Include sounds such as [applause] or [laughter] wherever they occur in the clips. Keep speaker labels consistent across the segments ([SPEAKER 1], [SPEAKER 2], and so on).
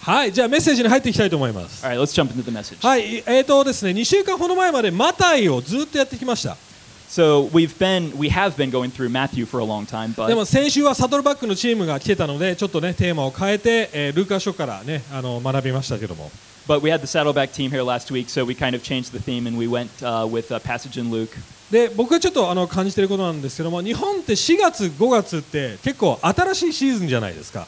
[SPEAKER 1] はい、じゃあメッセージに入っていきたいと思います。
[SPEAKER 2] All right, let's jump into the message.
[SPEAKER 1] はい、えーとですね、2週間ほど前までマタイをずっとやってきました。
[SPEAKER 2] So we've been we have been going through Matthew for a long time,
[SPEAKER 1] で
[SPEAKER 2] but
[SPEAKER 1] も先週はサドルバックのチームが来てたので、ちょっとね、テーマを変えて、えールーカ書からね、あの学びましたけども。
[SPEAKER 2] but we had the Saddleback team here last week, so we kind of changed the theme and we went uh, with a passage in Luke.
[SPEAKER 1] で僕がちょっとあの感じてることなんですけども日本って4月5月って結構新しいシーズンじゃないですか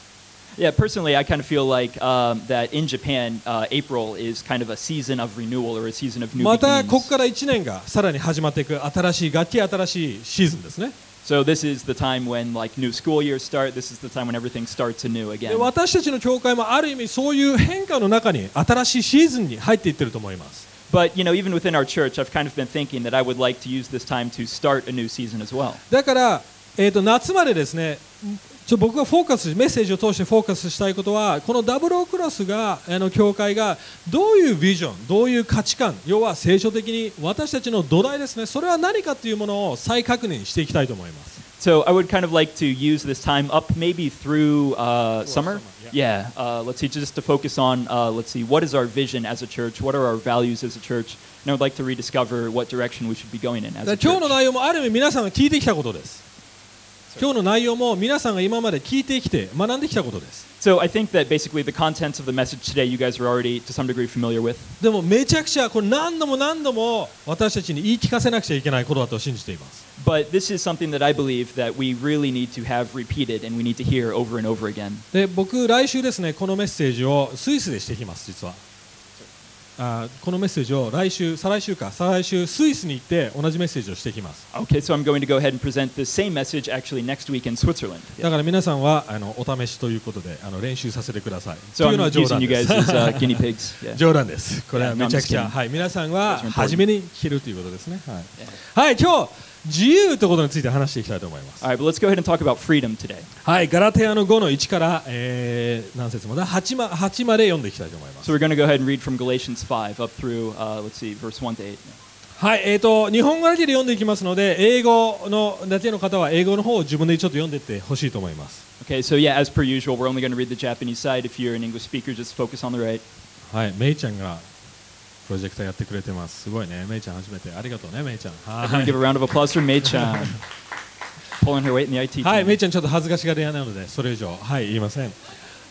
[SPEAKER 2] Yeah, personally, I kind of feel like um, that in Japan, uh, April is kind of a season of renewal or a season of new
[SPEAKER 1] またここ
[SPEAKER 2] beginnings.
[SPEAKER 1] から1年がさらに始まっていく新しい楽器新しいシーズンですね
[SPEAKER 2] So this is the time when like new school years start. This is the time when everything starts anew
[SPEAKER 1] で
[SPEAKER 2] again.
[SPEAKER 1] 私たちの教会もある意味そういう変化の中に新しいシーズンに入っていってると思います
[SPEAKER 2] But you know, even within our church, I've kind of been thinking that I would like to use this time to start a new season as well.
[SPEAKER 1] だから、えー、と夏までですねちょ僕がフォーカスメッセージを通してフォーカスしたいことはこのダブルクロスがあの教会がどういうビジョンどういう価値観要は聖書的に私たちの土台ですねそれは何かというものを再確認していきたいと思います
[SPEAKER 2] So I would kind of like to use this time up maybe through uh, summer.
[SPEAKER 1] summer,
[SPEAKER 2] yeah. Uh, let's see, just to focus on, uh, let's see, what is our vision as a church? What are our values as a church? And I would like to rediscover what direction we should be going in
[SPEAKER 1] だか
[SPEAKER 2] as
[SPEAKER 1] ら
[SPEAKER 2] a
[SPEAKER 1] 今日の
[SPEAKER 2] church.
[SPEAKER 1] 内容もある意味皆さんが聞いてきたことです今日の内容も皆さんが今まで聞いてきて学んできたことです
[SPEAKER 2] So I think that basically the contents of the message today you guys are already to some degree familiar with.
[SPEAKER 1] でもめちゃくちゃこれ何度も何度も私たちに言い聞かせなくちゃいけないことだと信じています
[SPEAKER 2] But this is something that I believe that we really need to have repeated and we need to hear over and over again.
[SPEAKER 1] で僕、来週ですねこのメッセージをスイスでしてきます、実は。あーこのメッセージを来週、再来週か、再来週、スイスに行って同じメッセージをしてきます。
[SPEAKER 2] Okay, so I'm going to go ahead and present the same message actually next week in Switzerland.
[SPEAKER 1] だから皆さんはあのお試しということであの練習させてください。
[SPEAKER 2] So
[SPEAKER 1] というのは
[SPEAKER 2] I'm
[SPEAKER 1] 冗
[SPEAKER 2] using
[SPEAKER 1] 談
[SPEAKER 2] you
[SPEAKER 1] で
[SPEAKER 2] guys
[SPEAKER 1] す。
[SPEAKER 2] as uh, guinea [laughs] pigs. Yeah.
[SPEAKER 1] 冗談です。これは
[SPEAKER 2] Yeah,
[SPEAKER 1] めちゃくち
[SPEAKER 2] no, I'm
[SPEAKER 1] ゃ、
[SPEAKER 2] just kidding.
[SPEAKER 1] はい、皆さんは
[SPEAKER 2] Those are important.
[SPEAKER 1] 初めに聞けるということですね。はい、はい、今日自由ということについて話していきたいと思います。
[SPEAKER 2] All right, but let's go ahead and talk about freedom today.
[SPEAKER 1] はい、ガラテアの5の1から、えー何節まで8ま ,8 まで読んでいきたいと思います
[SPEAKER 2] So。we're going to go ahead and read from Galatians 5 up through, uh, let's see, verse 1 to 8.
[SPEAKER 1] はい、えー、と日本語だけで読んでいきますので英語のだけの方は英語の方を自分でちょっと読んでいってほしいと思います
[SPEAKER 2] Okay, so yeah, as per usual, we're only going to read the Japanese side. If you're an English speaker, just focus on the right.
[SPEAKER 1] はいめいちゃんがプロジェクターやってくれてますすごいねめいちゃん初めてありがとうねめいちゃん
[SPEAKER 2] I'm going
[SPEAKER 1] は
[SPEAKER 2] to give a round of applause for Mei-chan. Pulling her weight in the IT
[SPEAKER 1] い、
[SPEAKER 2] team.
[SPEAKER 1] はい、めいちゃんちょっと恥ずかしがり屋なのでそれ以上はい言いません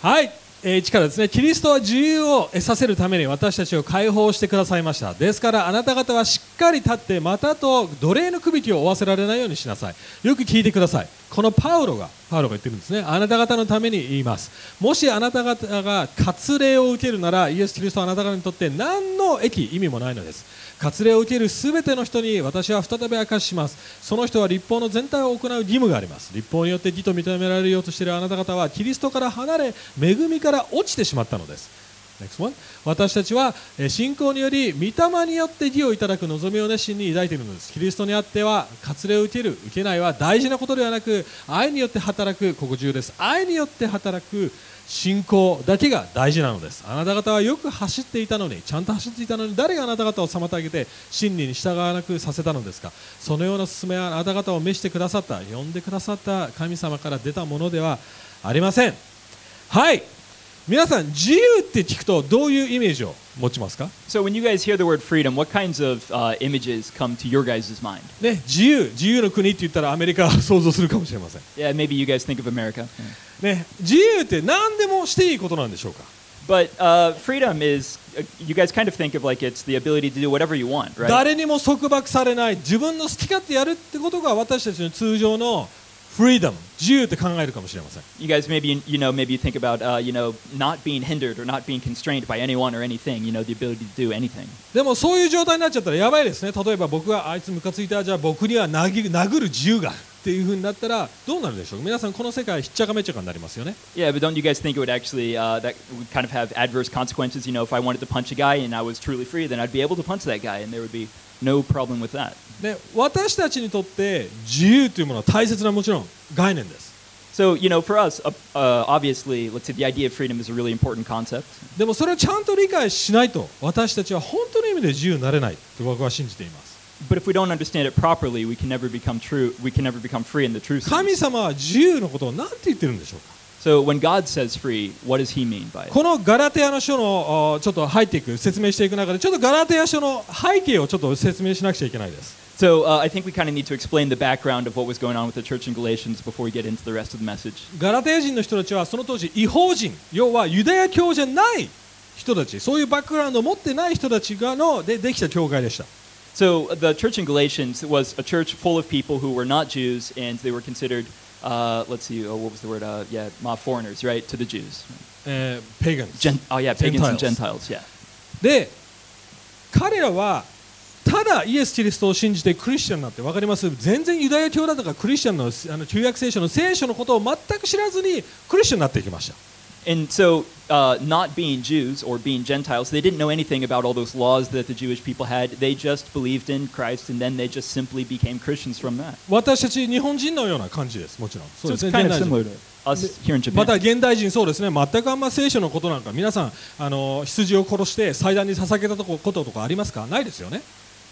[SPEAKER 1] はい、えー、1からですねキリストは自由を得させるために私たちを解放してくださいましたですからあなた方はしっかり立ってまたと奴隷の首きを負わせられないようにしなさいよく聞いてくださいこのパウロがパウロが言ってるんですねあなた方のために言いますもしあなた方が割礼を受けるならイエス・キリストはあなた方にとって何の益意味もないのです割礼を受けるすべての人に私は再び明かししますその人は立法の全体を行う義務があります立法によって義と認められるようとしているあなた方はキリストから離れ恵みから落ちてしまったのです Next one 私たちはえー信仰により御霊によって義をいただく望みを熱心に抱いているのですキリストにあっては割礼を受ける受けないは大事なことではなく愛によって働くここ重要です愛によって働く信仰だけが大事なのですあなた方はよく走っていたのにちゃんと走っていたのに誰があなた方を妨げて真理に従わなくさせたのですかそのような勧めはあなた方を召してくださった呼んでくださった神様から出たものではありませんはい皆さん自由って聞くとどういうイメージを持ちますか、
[SPEAKER 2] So when you guys hear the word freedom, what kinds of uh, images come to your guys' mind?
[SPEAKER 1] ね、自由自由の国って言ったらアメリカを想像するかもしれません、
[SPEAKER 2] Yeah, maybe you guys think of America.
[SPEAKER 1] ね、自由って何でもしていいことなんでしょうか
[SPEAKER 2] But uh, freedom is, uh, you guys kind of think of like it's the ability to do whatever you want, right?
[SPEAKER 1] 誰にも束縛されない自分の好き勝手やるってことが私たちの通常のフリーダム自由って考えるかもしれません
[SPEAKER 2] You guys maybe you know maybe you think about uh, you know not being hindered or not being constrained by anyone or anything. You know the ability to do anything.
[SPEAKER 1] でもそういう状態になっちゃったらやばいですね例えば僕があいつムカついたじゃあ僕には殴る殴る自由がっていう風になったらどうなるでしょう皆さんこの世界ひっちゃかめっちゃかになりますよね
[SPEAKER 2] Yeah, but don't you guys think it would actually uh, that would kind of have adverse consequences? You know, if I wanted to punch a guy and I was truly free, then I'd be able to punch that guy, and there would be no problem with that.
[SPEAKER 1] で私たちにとって自由というものは大切なもちろん概念です
[SPEAKER 2] So you know, for us, uh, uh, obviously, let's say the idea of freedom is a really important concept.
[SPEAKER 1] でもそれをちゃんと理解しないと私たちは本当の意味で自由になれないと僕は信じています
[SPEAKER 2] But if we don't understand it properly, we can never become true. We can never become free in the true
[SPEAKER 1] 神
[SPEAKER 2] sense.
[SPEAKER 1] 様は自由のことを何て言ってるんでしょうか
[SPEAKER 2] So So when God says free, what does he mean by it?
[SPEAKER 1] このガラテヤの書のあーちょっと入っていく説明していく中でちょっとガラテヤ書の背景をちょっと説明しなくちゃいけないです
[SPEAKER 2] So uh, I think we kind of need to explain the background of what was going on with the church in Galatians before we get into the rest of the message.
[SPEAKER 1] ガラテヤ人の人たちはその当時違法人要はユダヤ教じゃない人たちそういうバックグラウンドを持ってない人たちがのでできた教会でした
[SPEAKER 2] So the church in Galatians was a church full of people who were not Jews, and they were considered, uh, let's see, oh, what was the word? Uh, yeah, ma- foreigners, right, to the Jews.
[SPEAKER 1] えーペガンズ
[SPEAKER 2] Gen- oh yeah, pagans and
[SPEAKER 1] Gentiles.
[SPEAKER 2] Gentiles. Yeah.
[SPEAKER 1] で彼らはただイエス・キリストを信じてクリスチャンになって分かります全然ユダヤ教だとかクリスチャンのあの旧約聖書の聖書のことを全く知らずにクリスチャンになっていきました
[SPEAKER 2] And so, uh, not being Jews or being Gentiles, they didn't know anything about all those laws that the Jewish people had. They just believed in Christ, and then they just simply became Christians from that.
[SPEAKER 1] 私たち日本人のような感じですもちろんそ
[SPEAKER 2] So
[SPEAKER 1] うで
[SPEAKER 2] it's
[SPEAKER 1] すね
[SPEAKER 2] kind of
[SPEAKER 1] 現代人
[SPEAKER 2] similar to us here in
[SPEAKER 1] また
[SPEAKER 2] Japan.
[SPEAKER 1] 現代人そうですね全くあんま聖書のことなんか皆さんあの羊を殺して祭壇に捧げたとここととかありますかないですよね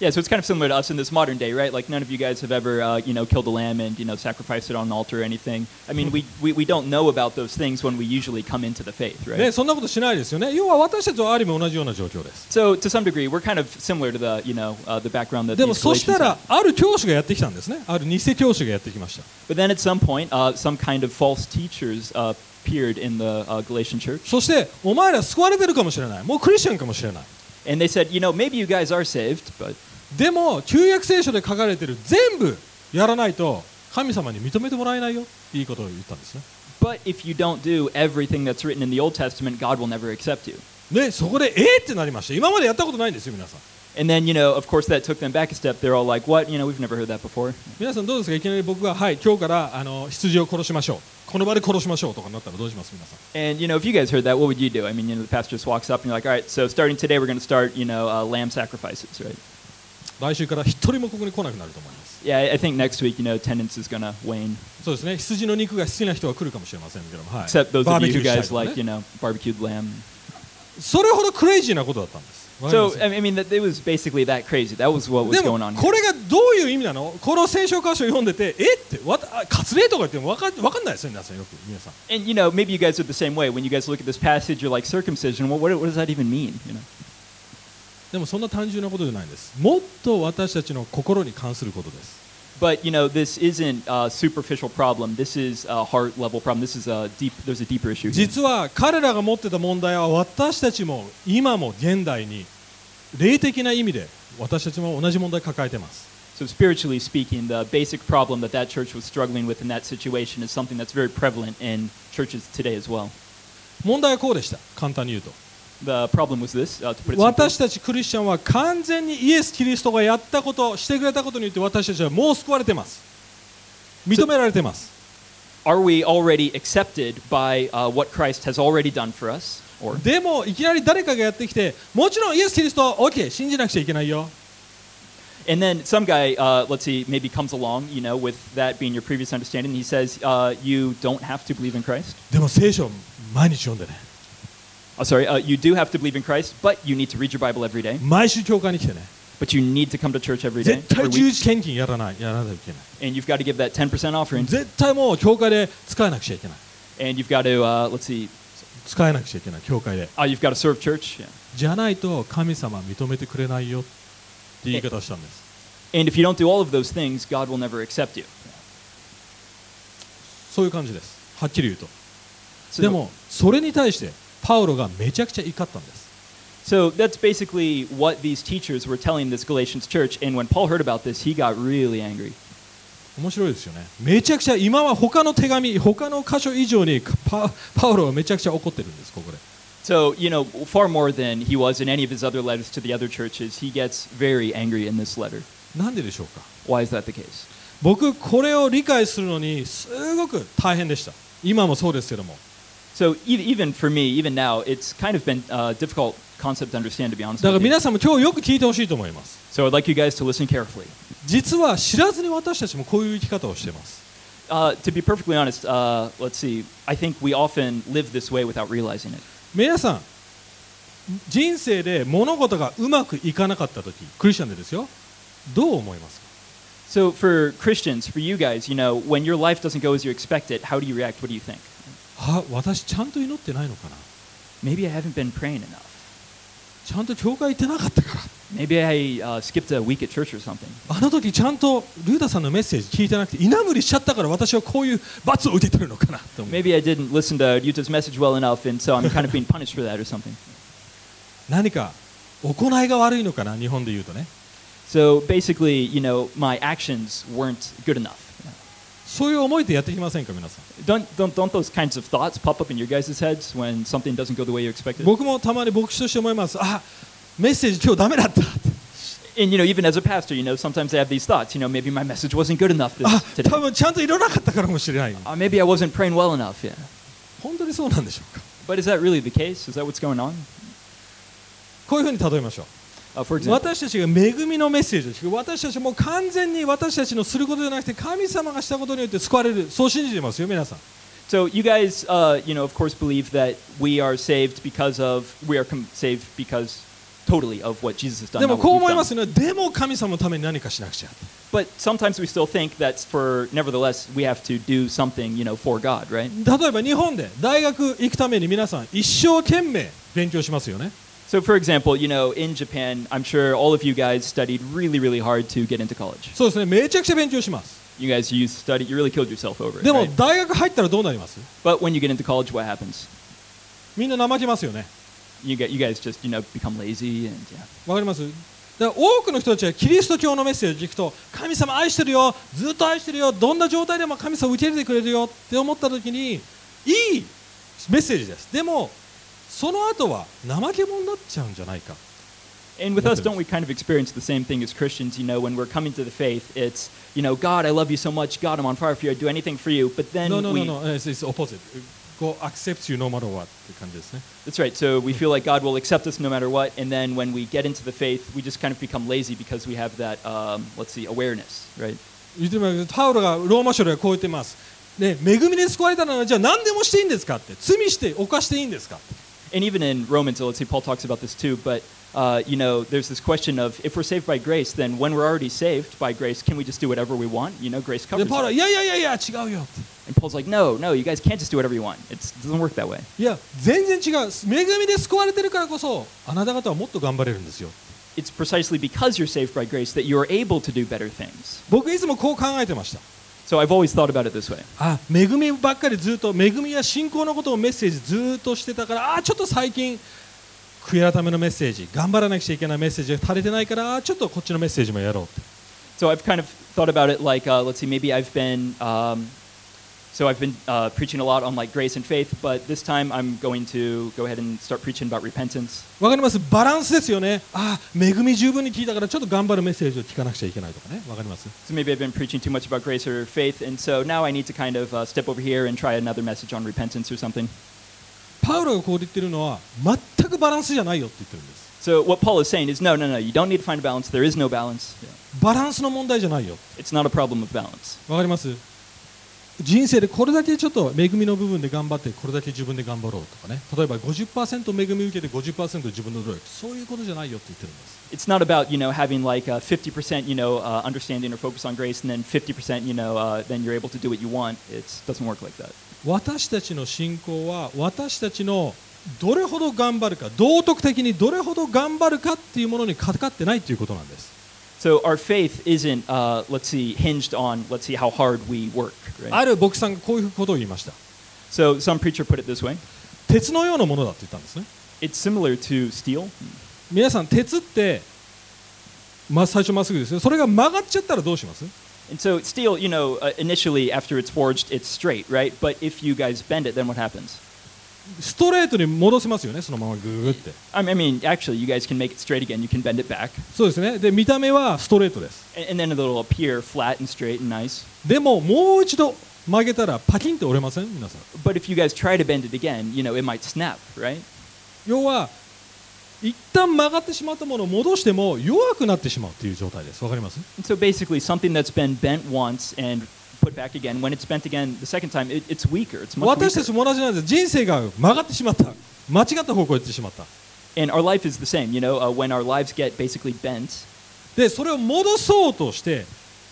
[SPEAKER 2] Yeah, so it's kind of similar to us in this modern day, right? Like none of you guys have ever, uh, you know, killed a lamb and you know sacrificed it on an altar or anything. I mean, we, we we don't know about those things when we usually come into the faith, right?
[SPEAKER 1] ねそんなことしないですよね要は私たちとある意味同じような状況です
[SPEAKER 2] So to some degree, we're kind of similar to the, you know, uh, the background that
[SPEAKER 1] でも
[SPEAKER 2] these
[SPEAKER 1] そしたら
[SPEAKER 2] Galatians had.
[SPEAKER 1] ある教師がやってきたんですねある偽教師がやってきました
[SPEAKER 2] But then at some point, uh, some kind of false teachers uh, appeared in the uh, Galatian church,
[SPEAKER 1] そしてお前ら救われてるかもしれないもうクリスチャンかもしれない
[SPEAKER 2] and they said, you know, maybe you guys are saved, but
[SPEAKER 1] でも旧約聖書で書かれてる全部やらないと神様に認めてもらえないよっていいことを言ったんですね
[SPEAKER 2] but if you don't do everything that's written in the Old Testament, God will never accept you.
[SPEAKER 1] でそこでえー、ってなりました今までやったことないんですよ皆さん
[SPEAKER 2] And then, you know, of course, that took them back a step. They're all like, what? You know, we've never heard that before.
[SPEAKER 1] 皆さんどうですかいきなり僕がはい今日からあの羊を殺しましょうこの場で殺しましょうとかになったらどうします皆さん
[SPEAKER 2] And you know, if you guys heard that, what would you do? I mean, you know, the pastor just walks up and you're like, all right, so starting today, we're going to start, you know, uh, lamb sacrifices, right?
[SPEAKER 1] 来週から一人もここに来なくなると思います
[SPEAKER 2] Yeah, I- I think next week, you know, attendance is going to wane.
[SPEAKER 1] そうですね羊の肉が好きな人は来るかもしれませんけども、はい、
[SPEAKER 2] Except those
[SPEAKER 1] バー
[SPEAKER 2] of
[SPEAKER 1] ベ
[SPEAKER 2] you
[SPEAKER 1] キュ
[SPEAKER 2] who
[SPEAKER 1] ーしたい
[SPEAKER 2] guys
[SPEAKER 1] とかね
[SPEAKER 2] like, you know, barbecued lamb.
[SPEAKER 1] それほどクレイジーなことだったんですわかりま
[SPEAKER 2] So
[SPEAKER 1] す
[SPEAKER 2] I mean, I mean, that it was basically that crazy. That was what was
[SPEAKER 1] で
[SPEAKER 2] going on.
[SPEAKER 1] も
[SPEAKER 2] Here.
[SPEAKER 1] これがどういう意味なのこの聖書箇所を読んでてえってわたあ割礼とか言ってもわかわかんないですよ皆さんよく皆さん
[SPEAKER 2] And you know, maybe you guys are the same way. When you guys look at this passage, you're like circumcision. Well, what, what does that even mean? You know.
[SPEAKER 1] でもそんな単純なことじゃないんですもっと私たちの心に関することです
[SPEAKER 2] But you know, this isn't a superficial problem. This is a heart level problem. This is a deep. There's a deeper issue. Here.
[SPEAKER 1] 実は彼らが持ってた問題は私たちも今も現代に霊的な意味で私たちも同じ問題抱えてます
[SPEAKER 2] So spiritually speaking, the basic problem that that church was struggling with in that situation is something that's very prevalent in churches today as well.
[SPEAKER 1] 問題はこうでした簡単に言うと
[SPEAKER 2] The problem was this, uh, to put it simply.
[SPEAKER 1] 私たちクリスチャンは完全にイエス・キリストがやったことしてくれたことによって私たちはもう救われてます認められてます
[SPEAKER 2] Are we already accepted by uh, what Christ has already done for us? Or
[SPEAKER 1] でもいきなり誰かがやってきてもちろんイエス・キリスト OK 信じなくちゃいけないよ
[SPEAKER 2] and then some guy, uh, let's see, maybe comes along, you know, with that being your previous understanding. and He says, uh, "You don't have to believe in Christ.
[SPEAKER 1] でも聖書を毎日読んでね
[SPEAKER 2] Oh, sorry, uh, you do have to believe in Christ, but you need to read your Bible every day.
[SPEAKER 1] 毎週教会に来てね
[SPEAKER 2] But you need to come to church every day,
[SPEAKER 1] 絶対
[SPEAKER 2] every
[SPEAKER 1] 十
[SPEAKER 2] week,
[SPEAKER 1] 字献金やらないやらなきゃいけない
[SPEAKER 2] and you've got to give that 10% offering,
[SPEAKER 1] 絶対もう教会で使えなくちゃいけない
[SPEAKER 2] and you've got to uh, let's see,
[SPEAKER 1] 使えなくちゃいけない教会で
[SPEAKER 2] oh, you've got to serve church." Yeah.
[SPEAKER 1] じゃないと神様は認めてくれないよって言い方をしたんです
[SPEAKER 2] And if you don't do all of those things, God will never accept you.
[SPEAKER 1] そういう感じですはっきり言うと
[SPEAKER 2] So,
[SPEAKER 1] でもそれに対してパウロがめちゃくちゃ怒ったんです
[SPEAKER 2] so that's basically what these teachers were telling this Galatians church. And when Paul heard about this, he got really angry.
[SPEAKER 1] 面白いですよねめちゃくちゃ今は他の手紙他の箇所以上にパパウロはめちゃくちゃ怒ってるんですここで
[SPEAKER 2] So, you know, far more than he was in any of his other letters to the other churches, he gets very angry in this letter.
[SPEAKER 1] なんででしょうか
[SPEAKER 2] Why is that the case?
[SPEAKER 1] 僕これを理解するのにすごく大変でした今もそうですけども
[SPEAKER 2] So, e- even for me, even now, it's kind of been a difficult concept to understand, to be honest
[SPEAKER 1] だから
[SPEAKER 2] with you.
[SPEAKER 1] 皆さんも今日よく聞いてほしいと思います
[SPEAKER 2] So, I'd like you guys to listen carefully.
[SPEAKER 1] 実は知らずに私たちもこういう生き方をしています
[SPEAKER 2] Uh, to be perfectly honest, uh, let's see, I think we often live this way without realizing it.
[SPEAKER 1] 皆さん人生で物事がうまくいかなかった時クリスチャンでですよどう思いますか
[SPEAKER 2] So for Christians, for you guys, you know, when your life doesn't go as you expect it, how do you react? What do you think?
[SPEAKER 1] は私ちゃんと祈ってないのかな
[SPEAKER 2] Maybe I haven't been praying enough.
[SPEAKER 1] ちゃんと教会行ってなかったから
[SPEAKER 2] Maybe I uh, skipped a week at church or something.
[SPEAKER 1] あの時ちゃんとルーダさんのメッセージ聞いてなくて居眠りしちゃったから私はこういう罰を受けてるのかなと思う
[SPEAKER 2] Maybe I didn't listen to Yuta's message well enough, and so I'm kind of being punished for that or something.
[SPEAKER 1] 何か行いが悪いのかな日本で言うとね
[SPEAKER 2] So basically, you know, my actions weren't good enough.
[SPEAKER 1] そういう思いでやってきませんか皆さん
[SPEAKER 2] Don't, don't, don't those kinds of thoughts pop up in your guys' heads when something doesn't go the way you expected?
[SPEAKER 1] 僕もたまに牧師として思いますあメッセージ今日ダメだったって
[SPEAKER 2] And, you know, even as a pastor, you know, sometimes I have these thoughts. You know, maybe my message wasn't good enough
[SPEAKER 1] あ
[SPEAKER 2] this, today.
[SPEAKER 1] 多分ちゃんと祈らなかったからもしれない
[SPEAKER 2] Uh, maybe I wasn't praying well enough, yeah.
[SPEAKER 1] 本当にそうなんでしょうか
[SPEAKER 2] But is that really the case? Is that what's going on?
[SPEAKER 1] こういうふうに例えましょう
[SPEAKER 2] Uh, for example,
[SPEAKER 1] 私たちが恵みのメッセージを聞く私たちもう完全に私たちのすることじゃなくて神様がしたことによって救われるそう信じてますよ皆さん
[SPEAKER 2] so you guys, uh, you know, of course, believe that we are saved because of, we are com- saved because totally of what Jesus has done.
[SPEAKER 1] で
[SPEAKER 2] not
[SPEAKER 1] も
[SPEAKER 2] what
[SPEAKER 1] こう
[SPEAKER 2] we've
[SPEAKER 1] 思い
[SPEAKER 2] done.
[SPEAKER 1] ますよねでも神様のために何かしなくちゃ
[SPEAKER 2] But sometimes we still think that's for, nevertheless, we have to do something, you know, for God, right?
[SPEAKER 1] 例えば日本で大学行くために皆さん一生懸命勉強しますよね
[SPEAKER 2] So, for example, you know, in Japan, I'm sure all of you guys studied really, really hard to get into college.
[SPEAKER 1] そうですねめちゃくちゃ勉強します、
[SPEAKER 2] You guys, you studied, you really killed yourself over it.
[SPEAKER 1] でも
[SPEAKER 2] right?
[SPEAKER 1] 大学入ったらどうなります
[SPEAKER 2] But when you get into college, what happens?
[SPEAKER 1] みんな怠けますよね
[SPEAKER 2] You, get, you guys just, you know, become lazy and, yeah.
[SPEAKER 1] わかりますだから多くの人たちはキリスト教のメッセージを聞くと神様愛してるよずっと愛してるよどんな状態でも神様受け入れてくれるよって思った時にいいメッセージですでもその後は怠け者になっちゃうんじゃないか [laughs]
[SPEAKER 2] And with us, don't we kind of experience the same thing as Christians? You know, when we're coming to the faith, it's, you know, God, I love you so much. God, I'm on fire for you. I'd do anything for you. But then
[SPEAKER 1] No, no,
[SPEAKER 2] we,
[SPEAKER 1] no, no. It's, it's opposite. Go accept you no matter what って感じですね。
[SPEAKER 2] That's right. So
[SPEAKER 1] [laughs]
[SPEAKER 2] we feel like God will accept us no matter what, and then when we get into the faith, we just kind of become lazy because we have that um, let's see awareness, right?
[SPEAKER 1] 言ってみればパウロがローマ書ではこう言ってます。ね、恵みで救われたならじゃあ何でもしていいんですかって罪して犯していいんですか
[SPEAKER 2] And even in Romans, let's see, Paul talks about this too. But uh, you know, there's this question of if we're saved by grace, then when we're already saved by grace, can we just do whatever we want? You know, grace
[SPEAKER 1] で
[SPEAKER 2] covers.
[SPEAKER 1] パウロは
[SPEAKER 2] that.
[SPEAKER 1] いやいやいやいや違うよって
[SPEAKER 2] And Paul's like, no, no, you guys can't just do whatever you want. It's, it doesn't work that way.
[SPEAKER 1] いや全然違う恵みで救われてるからこそあなた方はもっと頑張れるんですよ
[SPEAKER 2] It's precisely because you're saved by grace that you are able to do better things.
[SPEAKER 1] 僕いつもこう考えてました
[SPEAKER 2] So I've always thought about it this way.
[SPEAKER 1] あ恵みばっかりずっと恵みや信仰のことをメッセージずっとしてたからあちょっと最近悔い改めのメッセージ頑張らなくちゃいけないメッセージが足りてないからあちょっとこっちのメッセージもやろうって
[SPEAKER 2] So I've kind of thought about it like, uh, let's see, maybe I've been, um, so I've been uh, preaching a lot on like grace and faith, but this time I'm going to go ahead and start preaching about repentance.
[SPEAKER 1] わかりますバランスですよねあ恵み十分に聞いたからちょっと頑張るメッセージを聞かなくちゃいけないとかねわかります
[SPEAKER 2] So maybe I've been preaching too much about grace or faith, and so now I need to kind of uh, step over here and try another message on repentance or something.
[SPEAKER 1] パウロがこう言ってるのは全くバランスじゃないよって言ってるんです
[SPEAKER 2] So what Paul is saying is, no, no, no, you don't need to find a balance. There is no balance.
[SPEAKER 1] バランスの問題じゃないよ
[SPEAKER 2] It's not a problem of balance.
[SPEAKER 1] わかります人生でこれだけちょっと恵みの部分で頑張ってこれだけ自分で頑張ろうとかね例えば50%恵み受けて50%自分の努力そういうことじゃないよって言ってるんです
[SPEAKER 2] It's not about you know having like uh, 50% you know uh, understanding or focus on grace, and then 50% you know uh, then you're able to do what you want. It doesn't work like that.
[SPEAKER 1] 私たちの信仰は私たちのどれほど頑張るか道徳的にどれほど頑張るかっていうものにかかってないということなんです
[SPEAKER 2] So our faith isn't, uh, let's see, hinged on, let's see how hard we work. Right?
[SPEAKER 1] ある牧師さんがこういうことを言いました
[SPEAKER 2] so some preacher put it this way.
[SPEAKER 1] 鉄のようなものだって言ったんですね
[SPEAKER 2] It's similar to steel.
[SPEAKER 1] 皆さん鉄って、まあ、最初まっすぐですよそれが曲がっちゃったらどうします
[SPEAKER 2] And so steel, you know, uh, initially after it's forged, it's straight, right? But if you guys bend it, then what happens?
[SPEAKER 1] ストレートに戻せますよねそのままグーって
[SPEAKER 2] I mean- I mean, actually, you guys can make it straight again. You can bend it back.
[SPEAKER 1] そうですねで見た目はストレートです
[SPEAKER 2] And, and then it'll appear flat and straight and nice.
[SPEAKER 1] でももう一度曲げたらパキンって折れません皆さん
[SPEAKER 2] But if you guys try to bend it again, you know, it might snap, right?
[SPEAKER 1] 要は一旦曲がってしまったものを戻しても弱くなってしまうっていう状態ですわかります
[SPEAKER 2] And so basically, something that's been bent once and put back again, when it's bent again the second time, it, it's weaker. It's much
[SPEAKER 1] 私た
[SPEAKER 2] weaker.
[SPEAKER 1] ちも同じなんです人生が曲がってしまった間違った方向へ行ってしまった
[SPEAKER 2] And our life is the same, you know, uh, when our lives get basically bent.
[SPEAKER 1] でそれを戻そうとして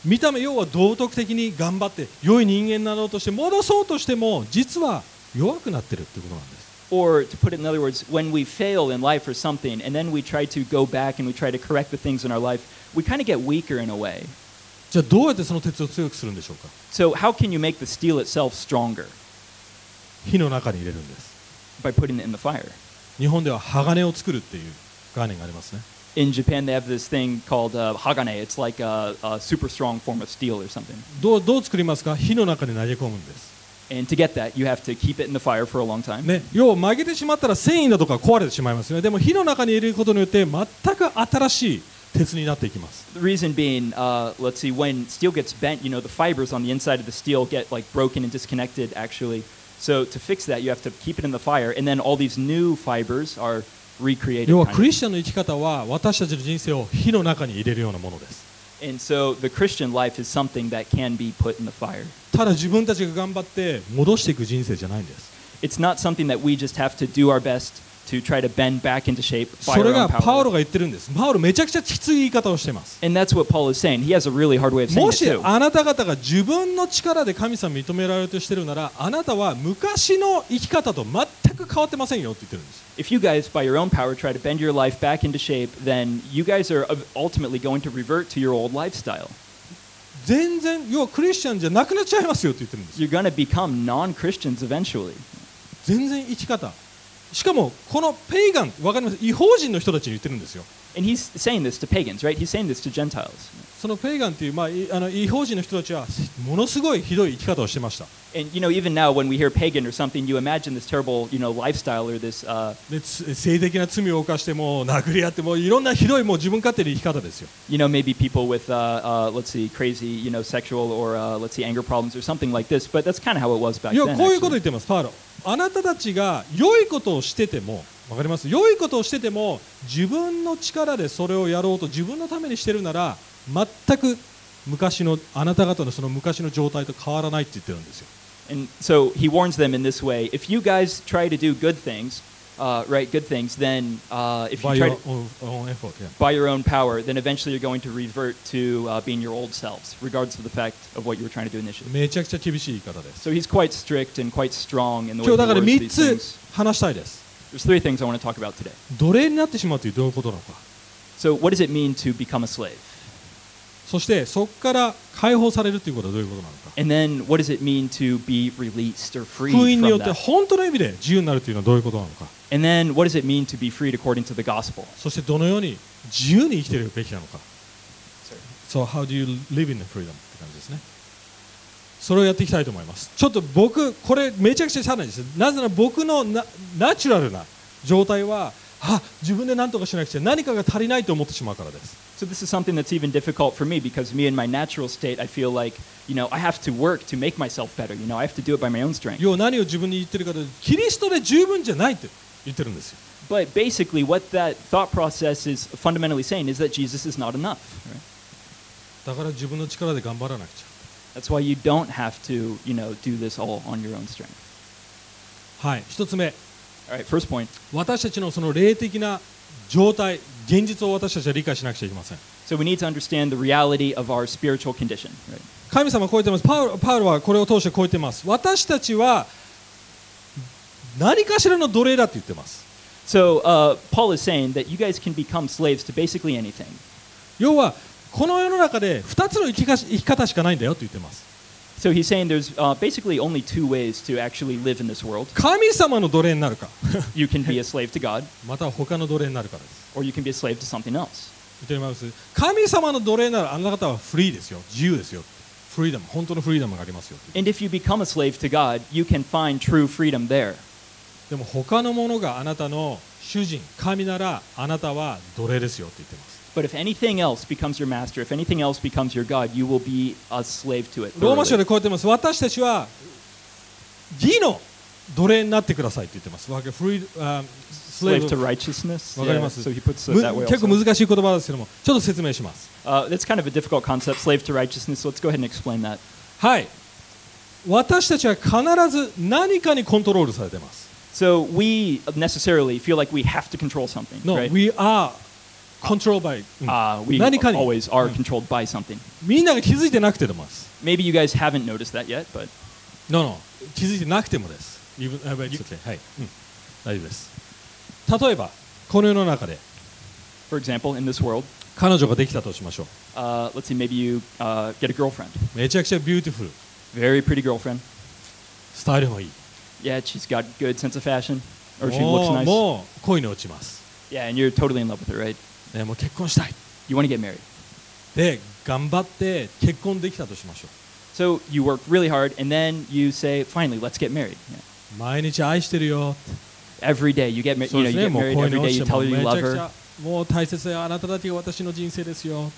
[SPEAKER 1] 見た目要は道徳的に頑張って良い人間になろうとして戻そうとしても実は弱くなってるってことなんです
[SPEAKER 2] Or to put it in other words, when we fail in life or something, and then we try to go back and we try to correct the things in our life, we kind of get weaker in a way.
[SPEAKER 1] じゃあどうやってその鉄を強くするんでしょうか
[SPEAKER 2] So, how can you make the steel itself stronger?
[SPEAKER 1] 火の中に入れるんです
[SPEAKER 2] By putting it in the fire.
[SPEAKER 1] 日本では鋼を作るっていう概念がありますね
[SPEAKER 2] In Japan, they have this thing called uh, hagane. It's like a, a super strong form of steel or something.
[SPEAKER 1] どうどう作りますか火の中に投げ込むんです、
[SPEAKER 2] And to get that, you have to keep it in the fire for a long time.
[SPEAKER 1] ね、要は曲げてしまったら繊維だとか壊れてしまいますよねでも火の中に入れることによって全く新しい鉄になっていきます
[SPEAKER 2] The reason being, uh, let's see, when steel gets bent, you know, the fibers on the inside of the steel get like broken and disconnected, actually. So to fix that, you have to keep it in the fire, and then all these new fibers are recreated.
[SPEAKER 1] 要は
[SPEAKER 2] kind
[SPEAKER 1] クリスチャンの生き方は私たちの人生を火の中に入れるようなものです
[SPEAKER 2] of. And so the Christian life is something that can be put in the fire.
[SPEAKER 1] ただ自分たちが頑張って戻していく人生じゃないんです
[SPEAKER 2] It's not something that we just have to do our best to try to bend back into shape.
[SPEAKER 1] そ
[SPEAKER 2] by our
[SPEAKER 1] れ
[SPEAKER 2] own
[SPEAKER 1] が
[SPEAKER 2] power.
[SPEAKER 1] パウロが言ってるんですパウロめちゃくちゃきつい言い方をしてます
[SPEAKER 2] And that's what Paul is saying. He has a really hard way of saying
[SPEAKER 1] も
[SPEAKER 2] it
[SPEAKER 1] し
[SPEAKER 2] too.
[SPEAKER 1] あなた方が自分の力で神様を認められようとしてるならあなたは昔の生き方と全く変わってませんよって言ってるんです
[SPEAKER 2] If you guys, by your own power, try to bend your life back into shape, then you guys are uh, ultimately going to revert to your old lifestyle.
[SPEAKER 1] 全然要はクリスチャンじゃなくなっちゃいますよって言ってるんです
[SPEAKER 2] You're going to become non Christians eventually.
[SPEAKER 1] 全然生き方しかもこのペイガンわかります違法人の人たちに言ってるんですよ
[SPEAKER 2] And he's saying this to pagans, right? He's saying this to Gentiles.
[SPEAKER 1] そのペイガンっていう、まあ、いあの違法人の人たちはものすごいひどい生き方をしてました
[SPEAKER 2] And you know, even now when we hear pagan or something, you imagine this terrible, you know, lifestyle or this, uh,
[SPEAKER 1] でつ性的な罪を犯してもう殴り合ってもういろんなひどいもう自分勝手な生き方ですよ
[SPEAKER 2] you know, maybe people with, uh, uh, let's see, crazy, you know, sexual or uh, let's see, anger problems or something like this. But that's kind of how it was back
[SPEAKER 1] いや
[SPEAKER 2] then.
[SPEAKER 1] こういうこと言
[SPEAKER 2] actually.
[SPEAKER 1] ってますパウロあなたたちが良いことをしててもわかります良いことをしてても自分の力でそれをやろうと自分のためにしてるなら全く昔のあなた方のその昔の状態と変わらないって言ってるんですよ
[SPEAKER 2] And so he warns them in this way: if you guys try to do good things, uh, right, good things, then uh, if you
[SPEAKER 1] By
[SPEAKER 2] try
[SPEAKER 1] your
[SPEAKER 2] to,
[SPEAKER 1] own- own effort, yeah.
[SPEAKER 2] by your own power, then eventually you're going to revert to uh, being your old selves, regardless of the fact of what you were trying to do initially.
[SPEAKER 1] めちゃくちゃ厳しい言い方です
[SPEAKER 2] So he's quite strict and quite strong in the way
[SPEAKER 1] 今
[SPEAKER 2] he
[SPEAKER 1] 日だから
[SPEAKER 2] words
[SPEAKER 1] 3
[SPEAKER 2] these
[SPEAKER 1] つ
[SPEAKER 2] things.
[SPEAKER 1] 話したいです
[SPEAKER 2] There's three things I want to talk about today.
[SPEAKER 1] 奴隷になってしまうというどういうことなのか
[SPEAKER 2] So what does it mean to become a slave?
[SPEAKER 1] そしてそこから解放されるということはどういうことなのか
[SPEAKER 2] And then what does it mean to be released or free
[SPEAKER 1] 福音
[SPEAKER 2] from
[SPEAKER 1] によって
[SPEAKER 2] that?
[SPEAKER 1] 本当の意味で自由になるというのはどういうことなのか
[SPEAKER 2] And then what does it mean to be freed according to the gospel?
[SPEAKER 1] そしてどのように自由に生きているべきなのか So how do you live in the freedom? って感じですねそれをやっていきたいと思いますちょっと僕これめちゃくちゃチャレンジですなぜなら僕のナナチュラルな状態はあ自分で何とかしなくちゃ何かが足りないと思ってしまうからです
[SPEAKER 2] So this is something that's even difficult for me because me in my natural state, I feel like, you know, I have to work to make myself better. You know, I have to do it by my own strength.
[SPEAKER 1] 要は何を自分に言ってるかというとキリストで十分じゃないって言ってるんですよ
[SPEAKER 2] But basically, what that thought process is fundamentally saying is that Jesus is not enough. Right?
[SPEAKER 1] だから自分の力で頑張らなくち
[SPEAKER 2] That's why you don't have to, you know, do this all on your own strength.
[SPEAKER 1] ゃはい一つ目
[SPEAKER 2] All right, first point.
[SPEAKER 1] 私たちのその霊的な状態現実を私たちは理解しなくちゃいけません
[SPEAKER 2] So we need to understand the reality of our spiritual condition. Right?
[SPEAKER 1] 神様は超えてますパウロパウロはこれを通して超えてます私たちは何かしらの奴隷だって言ってます
[SPEAKER 2] So uh, Paul is saying that you guys can become slaves to basically anything.
[SPEAKER 1] 要はこの世の中で2つの生きかし生き方しかないんだよって言ってます
[SPEAKER 2] So he's saying there's uh, basically only two ways to actually live in this world.
[SPEAKER 1] 神様の奴隷になるか [laughs]
[SPEAKER 2] You can be a slave to God,
[SPEAKER 1] または他の奴隷になるかです
[SPEAKER 2] or you can be a slave to something else.
[SPEAKER 1] 言っております神様の奴隷ならあなた方はフリーですよ自由ですよフリーダム本当のフリーダムがありますよ
[SPEAKER 2] And if you become a slave to God, you can find true freedom there.
[SPEAKER 1] でも他のものがあなたの主人神ならあなたは奴隷ですよって言ってます
[SPEAKER 2] But if anything else becomes your master, if anything else becomes your God, you will be a slave to it.
[SPEAKER 1] ローマ書
[SPEAKER 2] thoroughly.
[SPEAKER 1] でこうやってます私たちは義の奴隷になってくださいって言ってますわけフリーあ
[SPEAKER 2] slave to
[SPEAKER 1] む
[SPEAKER 2] righteousness.
[SPEAKER 1] わかり
[SPEAKER 2] Yeah,
[SPEAKER 1] ます
[SPEAKER 2] so he puts it that way
[SPEAKER 1] 結構
[SPEAKER 2] also.
[SPEAKER 1] 難しい言葉ですけどもちょっと説明します
[SPEAKER 2] Uh, that's kind of a difficult concept, slave to righteousness. So let's go ahead and explain that.
[SPEAKER 1] はい私たちは必ず何かにコントロールされてます
[SPEAKER 2] So we necessarily feel like we have to control something,
[SPEAKER 1] No、
[SPEAKER 2] right?
[SPEAKER 1] we are controlled by、うん
[SPEAKER 2] uh, we
[SPEAKER 1] 何かに
[SPEAKER 2] always are controlled by something.
[SPEAKER 1] みんなが気づいてなくてもです
[SPEAKER 2] Maybe you guys haven't noticed that yet, but
[SPEAKER 1] No, no 気づいてなくてもです even uh, but it's okay. はい、うん、大丈夫です例えばこの世の中で
[SPEAKER 2] For example, in this world,
[SPEAKER 1] 彼女ができたとしましょう
[SPEAKER 2] uh, let's say maybe you uh, get a girlfriend,
[SPEAKER 1] めちゃくちゃビューティフル
[SPEAKER 2] very pretty girlfriend.
[SPEAKER 1] スタイルもいい
[SPEAKER 2] Yeah, she's got good sense of fashion, or she
[SPEAKER 1] も
[SPEAKER 2] looks
[SPEAKER 1] う
[SPEAKER 2] nice.
[SPEAKER 1] もう恋に落ちます、
[SPEAKER 2] Yeah, and you're totally in love with her, right?
[SPEAKER 1] ね、もう結婚したい
[SPEAKER 2] You want to get married.
[SPEAKER 1] で頑張って結婚できたとしましょ
[SPEAKER 2] So you work really hard, and then you say, finally, let's get married. Yeah.
[SPEAKER 1] う毎日愛してるよ
[SPEAKER 2] Every day you get, ma-
[SPEAKER 1] そ
[SPEAKER 2] you
[SPEAKER 1] うで
[SPEAKER 2] know,
[SPEAKER 1] すね
[SPEAKER 2] you get
[SPEAKER 1] もう
[SPEAKER 2] married
[SPEAKER 1] 恋に
[SPEAKER 2] every day.
[SPEAKER 1] 落ち
[SPEAKER 2] You
[SPEAKER 1] ても
[SPEAKER 2] tell her
[SPEAKER 1] う
[SPEAKER 2] you
[SPEAKER 1] めち
[SPEAKER 2] love
[SPEAKER 1] ゃくち
[SPEAKER 2] her,
[SPEAKER 1] ゃもう大切だよあなただけが私の人生ですよ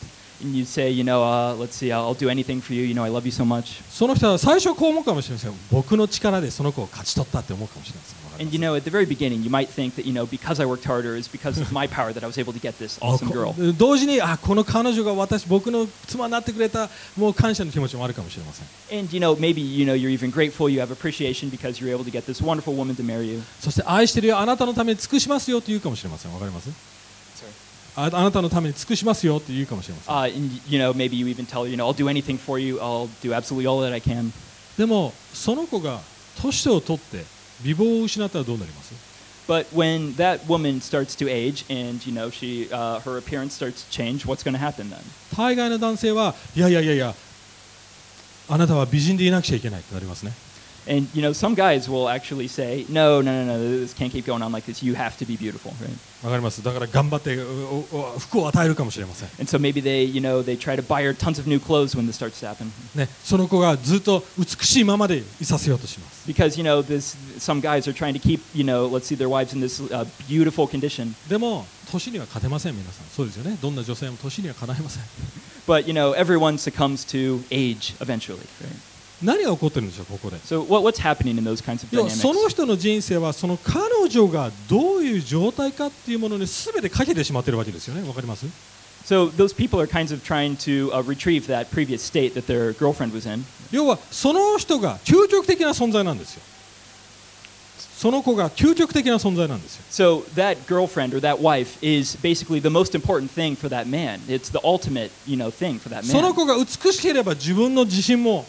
[SPEAKER 2] and you say, you know, uh, let's see, I'll do anything for you. You know, I love you so much.
[SPEAKER 1] その人は最初はこう思うかもしれません僕の力でその子を勝ち取ったって思うかもしれませんわかり
[SPEAKER 2] And
[SPEAKER 1] ま
[SPEAKER 2] you
[SPEAKER 1] せん
[SPEAKER 2] know, at the very beginning, you might think that you know because I worked harder is because of my power that I was able to get this
[SPEAKER 1] あ
[SPEAKER 2] awesome girl.
[SPEAKER 1] こ同時にあこの彼女が私僕の妻になってくれたもう感謝の気持ちもあるかもしれません
[SPEAKER 2] And you know, maybe you know you're even grateful. You have appreciation because you're able to get this wonderful woman to marry you.
[SPEAKER 1] そして愛してるよあなたのために尽くしますよと言うかもしれませんわかります
[SPEAKER 2] Sorry.
[SPEAKER 1] ああなたのために尽くしますよって言うかもしれません
[SPEAKER 2] Uh, and you know, maybe you even tell her, you know, I'll do anything for you. I'll do absolutely all that I can.
[SPEAKER 1] でもその子が年を取って美貌を失ったらどうなります
[SPEAKER 2] But when that woman starts to age and you know she uh, her appearance starts to change, what's going to happen then?
[SPEAKER 1] 大概の男性はいやいやいやいやあなたは美人でいなくちゃいけないってなりますね
[SPEAKER 2] And you know, some guys will actually say, no, no, no, no, this can't keep going on like this. You have to be beautiful, right?
[SPEAKER 1] わかりますだから頑張っておおお服を与えるかもしれません
[SPEAKER 2] And so maybe they, you know, they try to buy her tons of new clothes when this starts to happen.
[SPEAKER 1] ねその子がずっと美しいままでいさせようとします
[SPEAKER 2] Because, you know, this, some guys are trying to keep, you know, let's see, their wives in this uh, beautiful condition.
[SPEAKER 1] でも年には勝てません皆さんそうですよねどんな女性も年にはかないません
[SPEAKER 2] But, you know, everyone succumbs to age eventually. Right?
[SPEAKER 1] 何が起こってるんでしょうここで
[SPEAKER 2] So what, what's happening in those kinds of
[SPEAKER 1] でも
[SPEAKER 2] dynamics?
[SPEAKER 1] その人の人生はその彼女がどういう状態かっていうものに全てかけてしまってるわけですよねわかります
[SPEAKER 2] So those people are kinds of trying to uh, retrieve that previous state that their girlfriend was in.
[SPEAKER 1] 要はその人が究極的な存在なんですよその子が究極的な存在なんですよ
[SPEAKER 2] So that girlfriend or that wife is basically the most important thing for that man. It's the ultimate, you know, thing for that
[SPEAKER 1] その
[SPEAKER 2] man.
[SPEAKER 1] 子が美しければ自分の自信も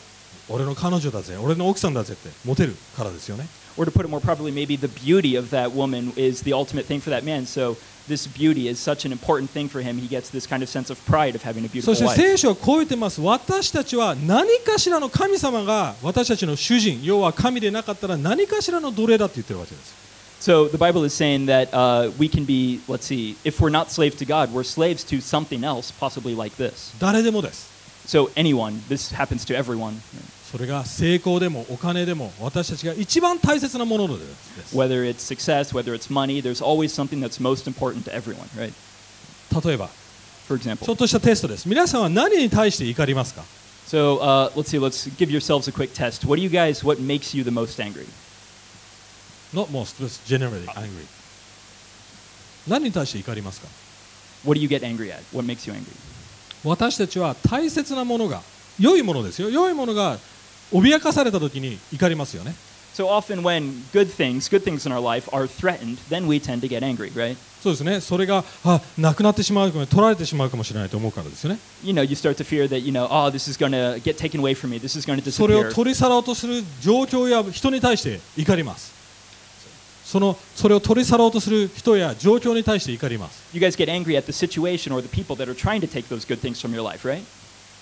[SPEAKER 1] 俺の彼女だぜ俺の奥さんだぜってモテるからですよね
[SPEAKER 2] Or to put it more properly, maybe the beauty of that woman is the ultimate thing for that man. So this beauty is such an important thing for him. He gets this kind of sense of pride of having a
[SPEAKER 1] そ
[SPEAKER 2] beautiful
[SPEAKER 1] して
[SPEAKER 2] wife.
[SPEAKER 1] 聖書はこう言ってます私たちは何かしらの神様が私たちの主人要は神でなかったら何かしらの奴隷だって言ってるわけですよ
[SPEAKER 2] So the Bible is saying that uh, we can be, let's see, if we're not slaves to God, we're slaves to something else, possibly like this.
[SPEAKER 1] 誰でもです
[SPEAKER 2] So anyone, this happens to everyone,
[SPEAKER 1] それが成功でもお金でも私たちが一番大切なものです例
[SPEAKER 2] whether it's success, whether it's money. There's always something that's most important to everyone, right?
[SPEAKER 1] えば
[SPEAKER 2] For
[SPEAKER 1] ちょ
[SPEAKER 2] example.
[SPEAKER 1] っとしたテストです皆さんは何に対して怒りますか
[SPEAKER 2] So uh, let's see. Let's give yourselves a quick test. What do you guys? What makes you the most angry?
[SPEAKER 1] Not most, but generally angry 何に対して怒りますか
[SPEAKER 2] What do you get angry at? What makes you angry?
[SPEAKER 1] 私たちは大切なものが良いものですよ良いものが脅かされた時に怒りますよね
[SPEAKER 2] So often, when good things, good things in our life, are threatened, then we tend to get angry, right?
[SPEAKER 1] そうですねそれがあなくなってしまうかも取られてしまうかもしれないと思うからですよね
[SPEAKER 2] You know, you start to fear that you know, oh, this is going to get taken away from me. This is going to
[SPEAKER 1] それを
[SPEAKER 2] disappear.
[SPEAKER 1] 取り去ろうとする状況や人に対して怒りますそのそれを取り去ろうとする人や状況に対して怒ります
[SPEAKER 2] You guys get angry at the situation or the people that are trying to take those good things from your life, right?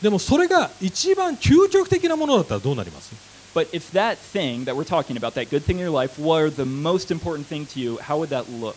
[SPEAKER 1] でもそれが一番究極的なものだったらどうなります
[SPEAKER 2] But if that thing that we're talking about, that good thing in your life, were the most important thing to you, how would that look?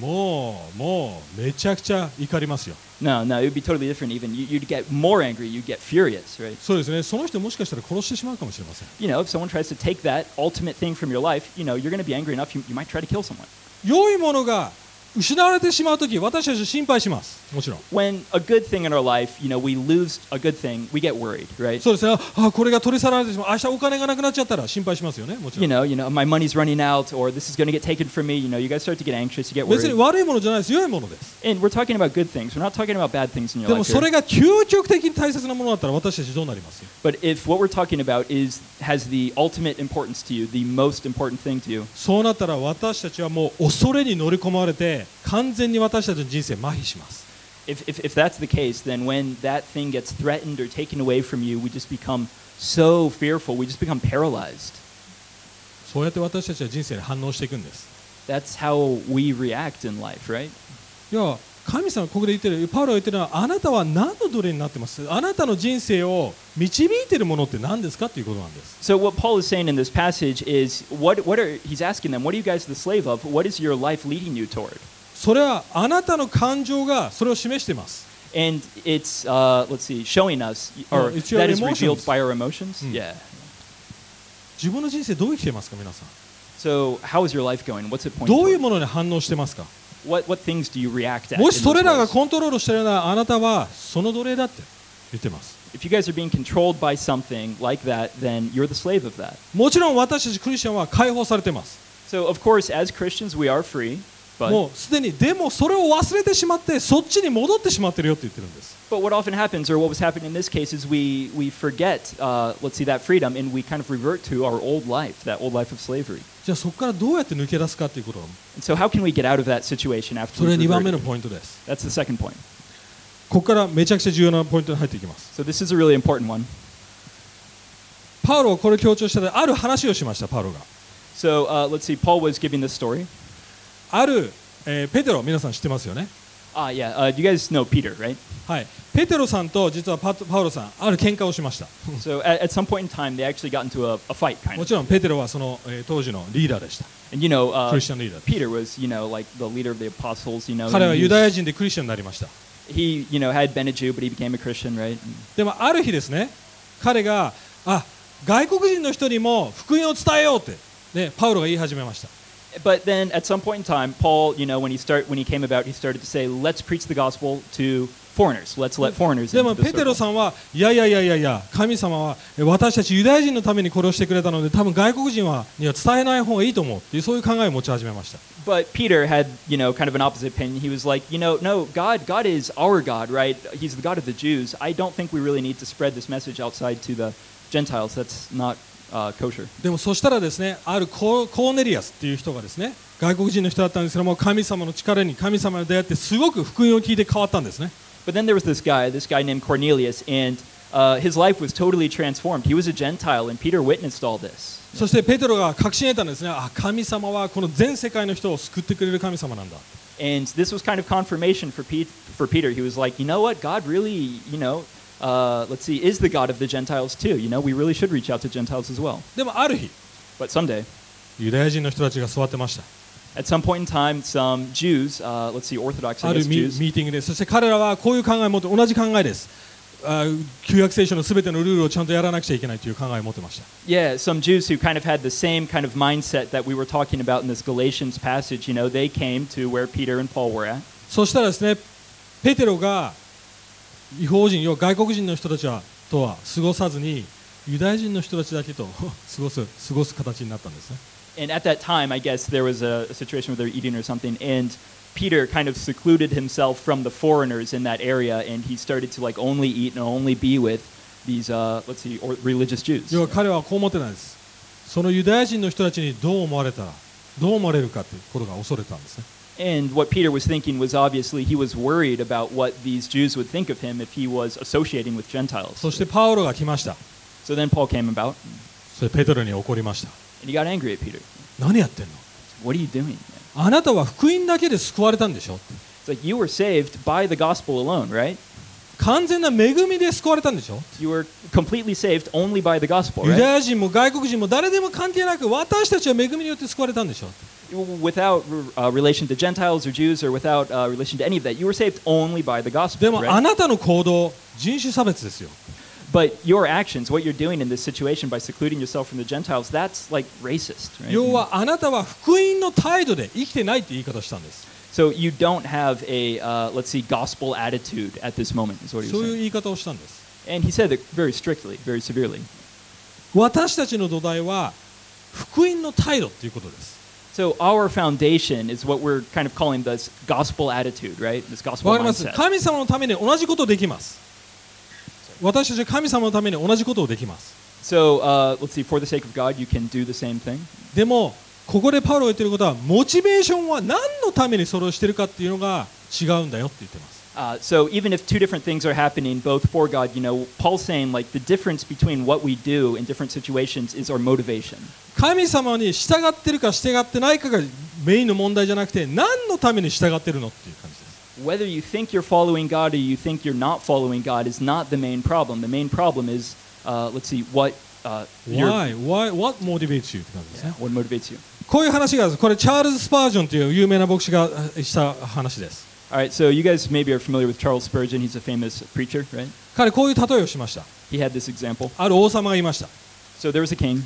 [SPEAKER 1] もうもうめちゃくちゃ怒りますよ
[SPEAKER 2] No, no, it would be totally different. Even you, you'd get more angry. You'd get furious, right?
[SPEAKER 1] そうですねその人もしかしたら殺してしまうかもしれません
[SPEAKER 2] You know, if someone tries to take that ultimate thing from your life, you know, you're going to be angry enough. You, you might try to kill someone.
[SPEAKER 1] 良いものが失われてしまうとき私たち心配しますもちろん
[SPEAKER 2] When a good thing in our life, you know, we lose a good thing, we get worried, right?
[SPEAKER 1] そうですねあこれが取り去られてしまう明日お金がなくなっちゃったら心配しますよねもちろ
[SPEAKER 2] you
[SPEAKER 1] ん
[SPEAKER 2] know, you know, my money's running out, or this is going to get taken from me. You know, you guys start to get anxious, you get
[SPEAKER 1] 別に
[SPEAKER 2] worried.
[SPEAKER 1] 悪いものじゃないです良いものです
[SPEAKER 2] And we're talking about good things. We're not talking about bad things in
[SPEAKER 1] で
[SPEAKER 2] your
[SPEAKER 1] も
[SPEAKER 2] life.
[SPEAKER 1] そ
[SPEAKER 2] here.
[SPEAKER 1] れが究極的に大切なものだったら私たちどうなります
[SPEAKER 2] But if what we're talking about is has the ultimate importance to you, the most important thing to you,
[SPEAKER 1] そうなったら私たちはもう恐れに乗り込まれて完全に私たちの人生麻痺します、
[SPEAKER 2] if, if, if that's the case, then when that thing gets threatened or taken away from you, we just become so fearful. We just become paralyzed.
[SPEAKER 1] そそうやって私たちは人生に反応していくんです
[SPEAKER 2] That's how we react in life, right?
[SPEAKER 1] 要は神様ここで言ってるパウロが言ってるのはあなたは何の奴隷になってますあなたの人生を導いてるものって何ですかということなんです
[SPEAKER 2] So what Paul is saying in this passage is what what are he's asking them, what are you guys the slave of? What is your life leading you toward?
[SPEAKER 1] それはあなたの感情がそれを示しています
[SPEAKER 2] And it's uh, let's see, showing us
[SPEAKER 1] No,
[SPEAKER 2] or
[SPEAKER 1] it's your
[SPEAKER 2] that is
[SPEAKER 1] emotions.
[SPEAKER 2] revealed by our emotions.
[SPEAKER 1] Mm.
[SPEAKER 2] Yeah.
[SPEAKER 1] 自分の人生どう生きてますか皆さん
[SPEAKER 2] So how is your life going? What's it pointing
[SPEAKER 1] どういう
[SPEAKER 2] toward?
[SPEAKER 1] ものに反応してますか
[SPEAKER 2] What what things do you react at?
[SPEAKER 1] も
[SPEAKER 2] in
[SPEAKER 1] し
[SPEAKER 2] those
[SPEAKER 1] それらが
[SPEAKER 2] ways?
[SPEAKER 1] コントロールしてるならあなたはその奴隷だって言ってます
[SPEAKER 2] If you guys are being controlled by something like that, then you're the slave of that.
[SPEAKER 1] もちろん私たちクリスチャンは解放されてます
[SPEAKER 2] So of course, as Christians, we are free, but
[SPEAKER 1] もうすでにでもそれを忘れてしまってそっちに戻ってしまってるよって言ってるんです
[SPEAKER 2] But what often happens, or what was happening in this case, is we, we forget, uh, let's see, that freedom, and we kind of revert to our old life, that old life of slavery.
[SPEAKER 1] じゃあそこからどうやって抜け出すかっていうことが
[SPEAKER 2] And so, how can we get out of that situation
[SPEAKER 1] そ
[SPEAKER 2] after
[SPEAKER 1] れ
[SPEAKER 2] we
[SPEAKER 1] 2番目
[SPEAKER 2] reverted?
[SPEAKER 1] のポイントです
[SPEAKER 2] That's the second point.
[SPEAKER 1] ここからめちゃくちゃ重要なポイントに入っていきます
[SPEAKER 2] So, this is a really important one.
[SPEAKER 1] パウロはこれを強調したである話をしましたパウロが
[SPEAKER 2] So, uh, let's see, Paul was giving this story.
[SPEAKER 1] ある、えーペテロ皆さん知ってますよね
[SPEAKER 2] Ah, yeah, uh, you guys know Peter, right?
[SPEAKER 1] はいペテロさんと実はパトパウロさんある喧嘩をしました
[SPEAKER 2] so, at, at some point in time, they actually got into a, a fight, kind
[SPEAKER 1] も
[SPEAKER 2] of.
[SPEAKER 1] ちろんペテロはその、えー当時のリーダーでした
[SPEAKER 2] And, you know,
[SPEAKER 1] ク
[SPEAKER 2] uh,
[SPEAKER 1] リスチャンリーダーです
[SPEAKER 2] Peter was, you know, like the leader of the apostles, you know.
[SPEAKER 1] 彼は
[SPEAKER 2] and he,
[SPEAKER 1] ユダヤ人でクリスチャンになりました
[SPEAKER 2] he, you know, had been a Jew, but he became a Christian, right? And-
[SPEAKER 1] でもある日ですね彼があ外国人の人にも福音を伝えようって、ね、パウロが言い始めました
[SPEAKER 2] But then at some point in time, Paul, you know, when he start when he came about, he started to say, "Let's preach the gospel to foreigners. Let's let foreigners
[SPEAKER 1] で
[SPEAKER 2] into
[SPEAKER 1] も
[SPEAKER 2] the
[SPEAKER 1] ペテロ
[SPEAKER 2] circle."
[SPEAKER 1] さんはいやいやいやいやいや神様はえ私たちユダヤ人のためにこれをしてくれたので多分外国人はには伝えない方がいいと思うっていうそういう考えを持ち始めました
[SPEAKER 2] But Peter had, you know, kind of an opposite opinion. He was like, you know, no, God, God is our God, right? He's the God of the Jews. I don't think we really need to spread this message outside to the Gentiles. That's not uh, kosher.
[SPEAKER 1] でもそしたらですねあるコーコーネリアスっていう人がですね外国人の人だったんですけども神様の力に神様に出会ってすごく福音を聞いて変わったんですね
[SPEAKER 2] But then there was this guy, this guy named Cornelius, and uh, his life was totally transformed. He was a Gentile, and Peter witnessed all this.
[SPEAKER 1] そしてペテロが確信得たんですねあ神様はこの全世界の人を救ってくれる神様なんだ
[SPEAKER 2] And this was kind of confirmation for, Pete, for Peter. He was like, you know what? God really, you know, uh, let's see, is the God of the Gentiles too. You know, we really should reach out to Gentiles as well.
[SPEAKER 1] でもある日
[SPEAKER 2] But someday,
[SPEAKER 1] ユダヤ人の人たちが座ってまし
[SPEAKER 2] at some point in time, some Jews, uh, let's see, Orthodox
[SPEAKER 1] た
[SPEAKER 2] I
[SPEAKER 1] あ
[SPEAKER 2] guess,
[SPEAKER 1] るミ
[SPEAKER 2] Jews,
[SPEAKER 1] ミーティングでそして彼らはこういう考えを持って同じ考えですあ旧約聖書のすべてのルールをちゃんとやらなくちゃいけないという考えを持ってました
[SPEAKER 2] yeah, some Jews who kind of had the same kind of mindset that we were talking about in this Galatians passage, you know, they came to where Peter and Paul were at.
[SPEAKER 1] そしたらですねペテロが違法人要は外国人の人たちはとは過ごさずにユダヤ人の人たちだけと [laughs] 過ごす過ごす形になったんですね
[SPEAKER 2] And at that time, I guess there was a, a situation where they were eating or something, and Peter kind of secluded himself from the foreigners in that area, and he started to like only eat and only be with these, uh, let's see, or religious Jews.
[SPEAKER 1] 要は彼はこう思ってたんですそのユダヤ人の人たちにどう思われたらどう思われるかということが恐れたんですね
[SPEAKER 2] And what Peter was thinking was obviously he was worried about what these Jews would think of him if he was associating with
[SPEAKER 1] そし
[SPEAKER 2] Gentiles.
[SPEAKER 1] てパウロが来ました
[SPEAKER 2] So then Paul came about,
[SPEAKER 1] それペテロに怒りました
[SPEAKER 2] and he got angry at Peter.
[SPEAKER 1] 何やってんの
[SPEAKER 2] What are you doing? man?
[SPEAKER 1] あなたは福音だけで救われたんでしょ
[SPEAKER 2] It's like you were saved by the gospel alone, right?
[SPEAKER 1] 完全な恵みで救われたんでしょ
[SPEAKER 2] You were completely saved only by the gospel,
[SPEAKER 1] ユ
[SPEAKER 2] right?
[SPEAKER 1] ダヤ人も外国人も誰でも関係なく私たちは恵みによって救われたんでしょ
[SPEAKER 2] without uh, relation to Gentiles or Jews or without uh, relation to any of that. You were saved only by the
[SPEAKER 1] で
[SPEAKER 2] gospel.
[SPEAKER 1] も
[SPEAKER 2] right?
[SPEAKER 1] あなたの行動人種差別ですよ
[SPEAKER 2] But your actions, what you're doing in this situation by secluding yourself from the Gentiles, that's like racist. Right?
[SPEAKER 1] 要はあなたは福音の態度で生きてないって言い方をしたんです
[SPEAKER 2] So you don't have a, uh, let's see, gospel attitude at this moment, is what he
[SPEAKER 1] そう
[SPEAKER 2] was
[SPEAKER 1] いう
[SPEAKER 2] saying.
[SPEAKER 1] 言い方をしたんです
[SPEAKER 2] And he said it very strictly, very severely.
[SPEAKER 1] 私たちの土台は福音の態度っていうことです
[SPEAKER 2] So our foundation is what we're kind of calling this gospel attitude, right? This gospel
[SPEAKER 1] わかります
[SPEAKER 2] mindset.
[SPEAKER 1] 神様のために同じことできます私たちは神様のために同じことをできます
[SPEAKER 2] So uh, let's see, for the sake of God, you can do the same thing.
[SPEAKER 1] でもここでパウロが言ってることはモチベーションは何のためにそれをしてるかっていうのが違うんだよって言ってます
[SPEAKER 2] Uh, so even if two different things are happening, both for God, you know, Paul's saying like the difference between what we do in different situations is our motivation.
[SPEAKER 1] 神様に従ってるか従ってないかがメインの問題じゃなくて何のために従ってるのっていう感じです
[SPEAKER 2] Whether you think you're following God or you think you're not following God is not the main problem. The main problem is, uh, let's see, what uh, your-
[SPEAKER 1] Why? Why? What motivates you? って感じですね
[SPEAKER 2] what motivates you.
[SPEAKER 1] こういう話があるんですこれチャールズ・スパージョンという有名な牧師がえした話です
[SPEAKER 2] All right, so you guys maybe are familiar with Charles Spurgeon. He's a famous preacher, right?
[SPEAKER 1] 彼こういう例えをしました
[SPEAKER 2] He had this example.
[SPEAKER 1] ある王様がいました
[SPEAKER 2] So there was a king,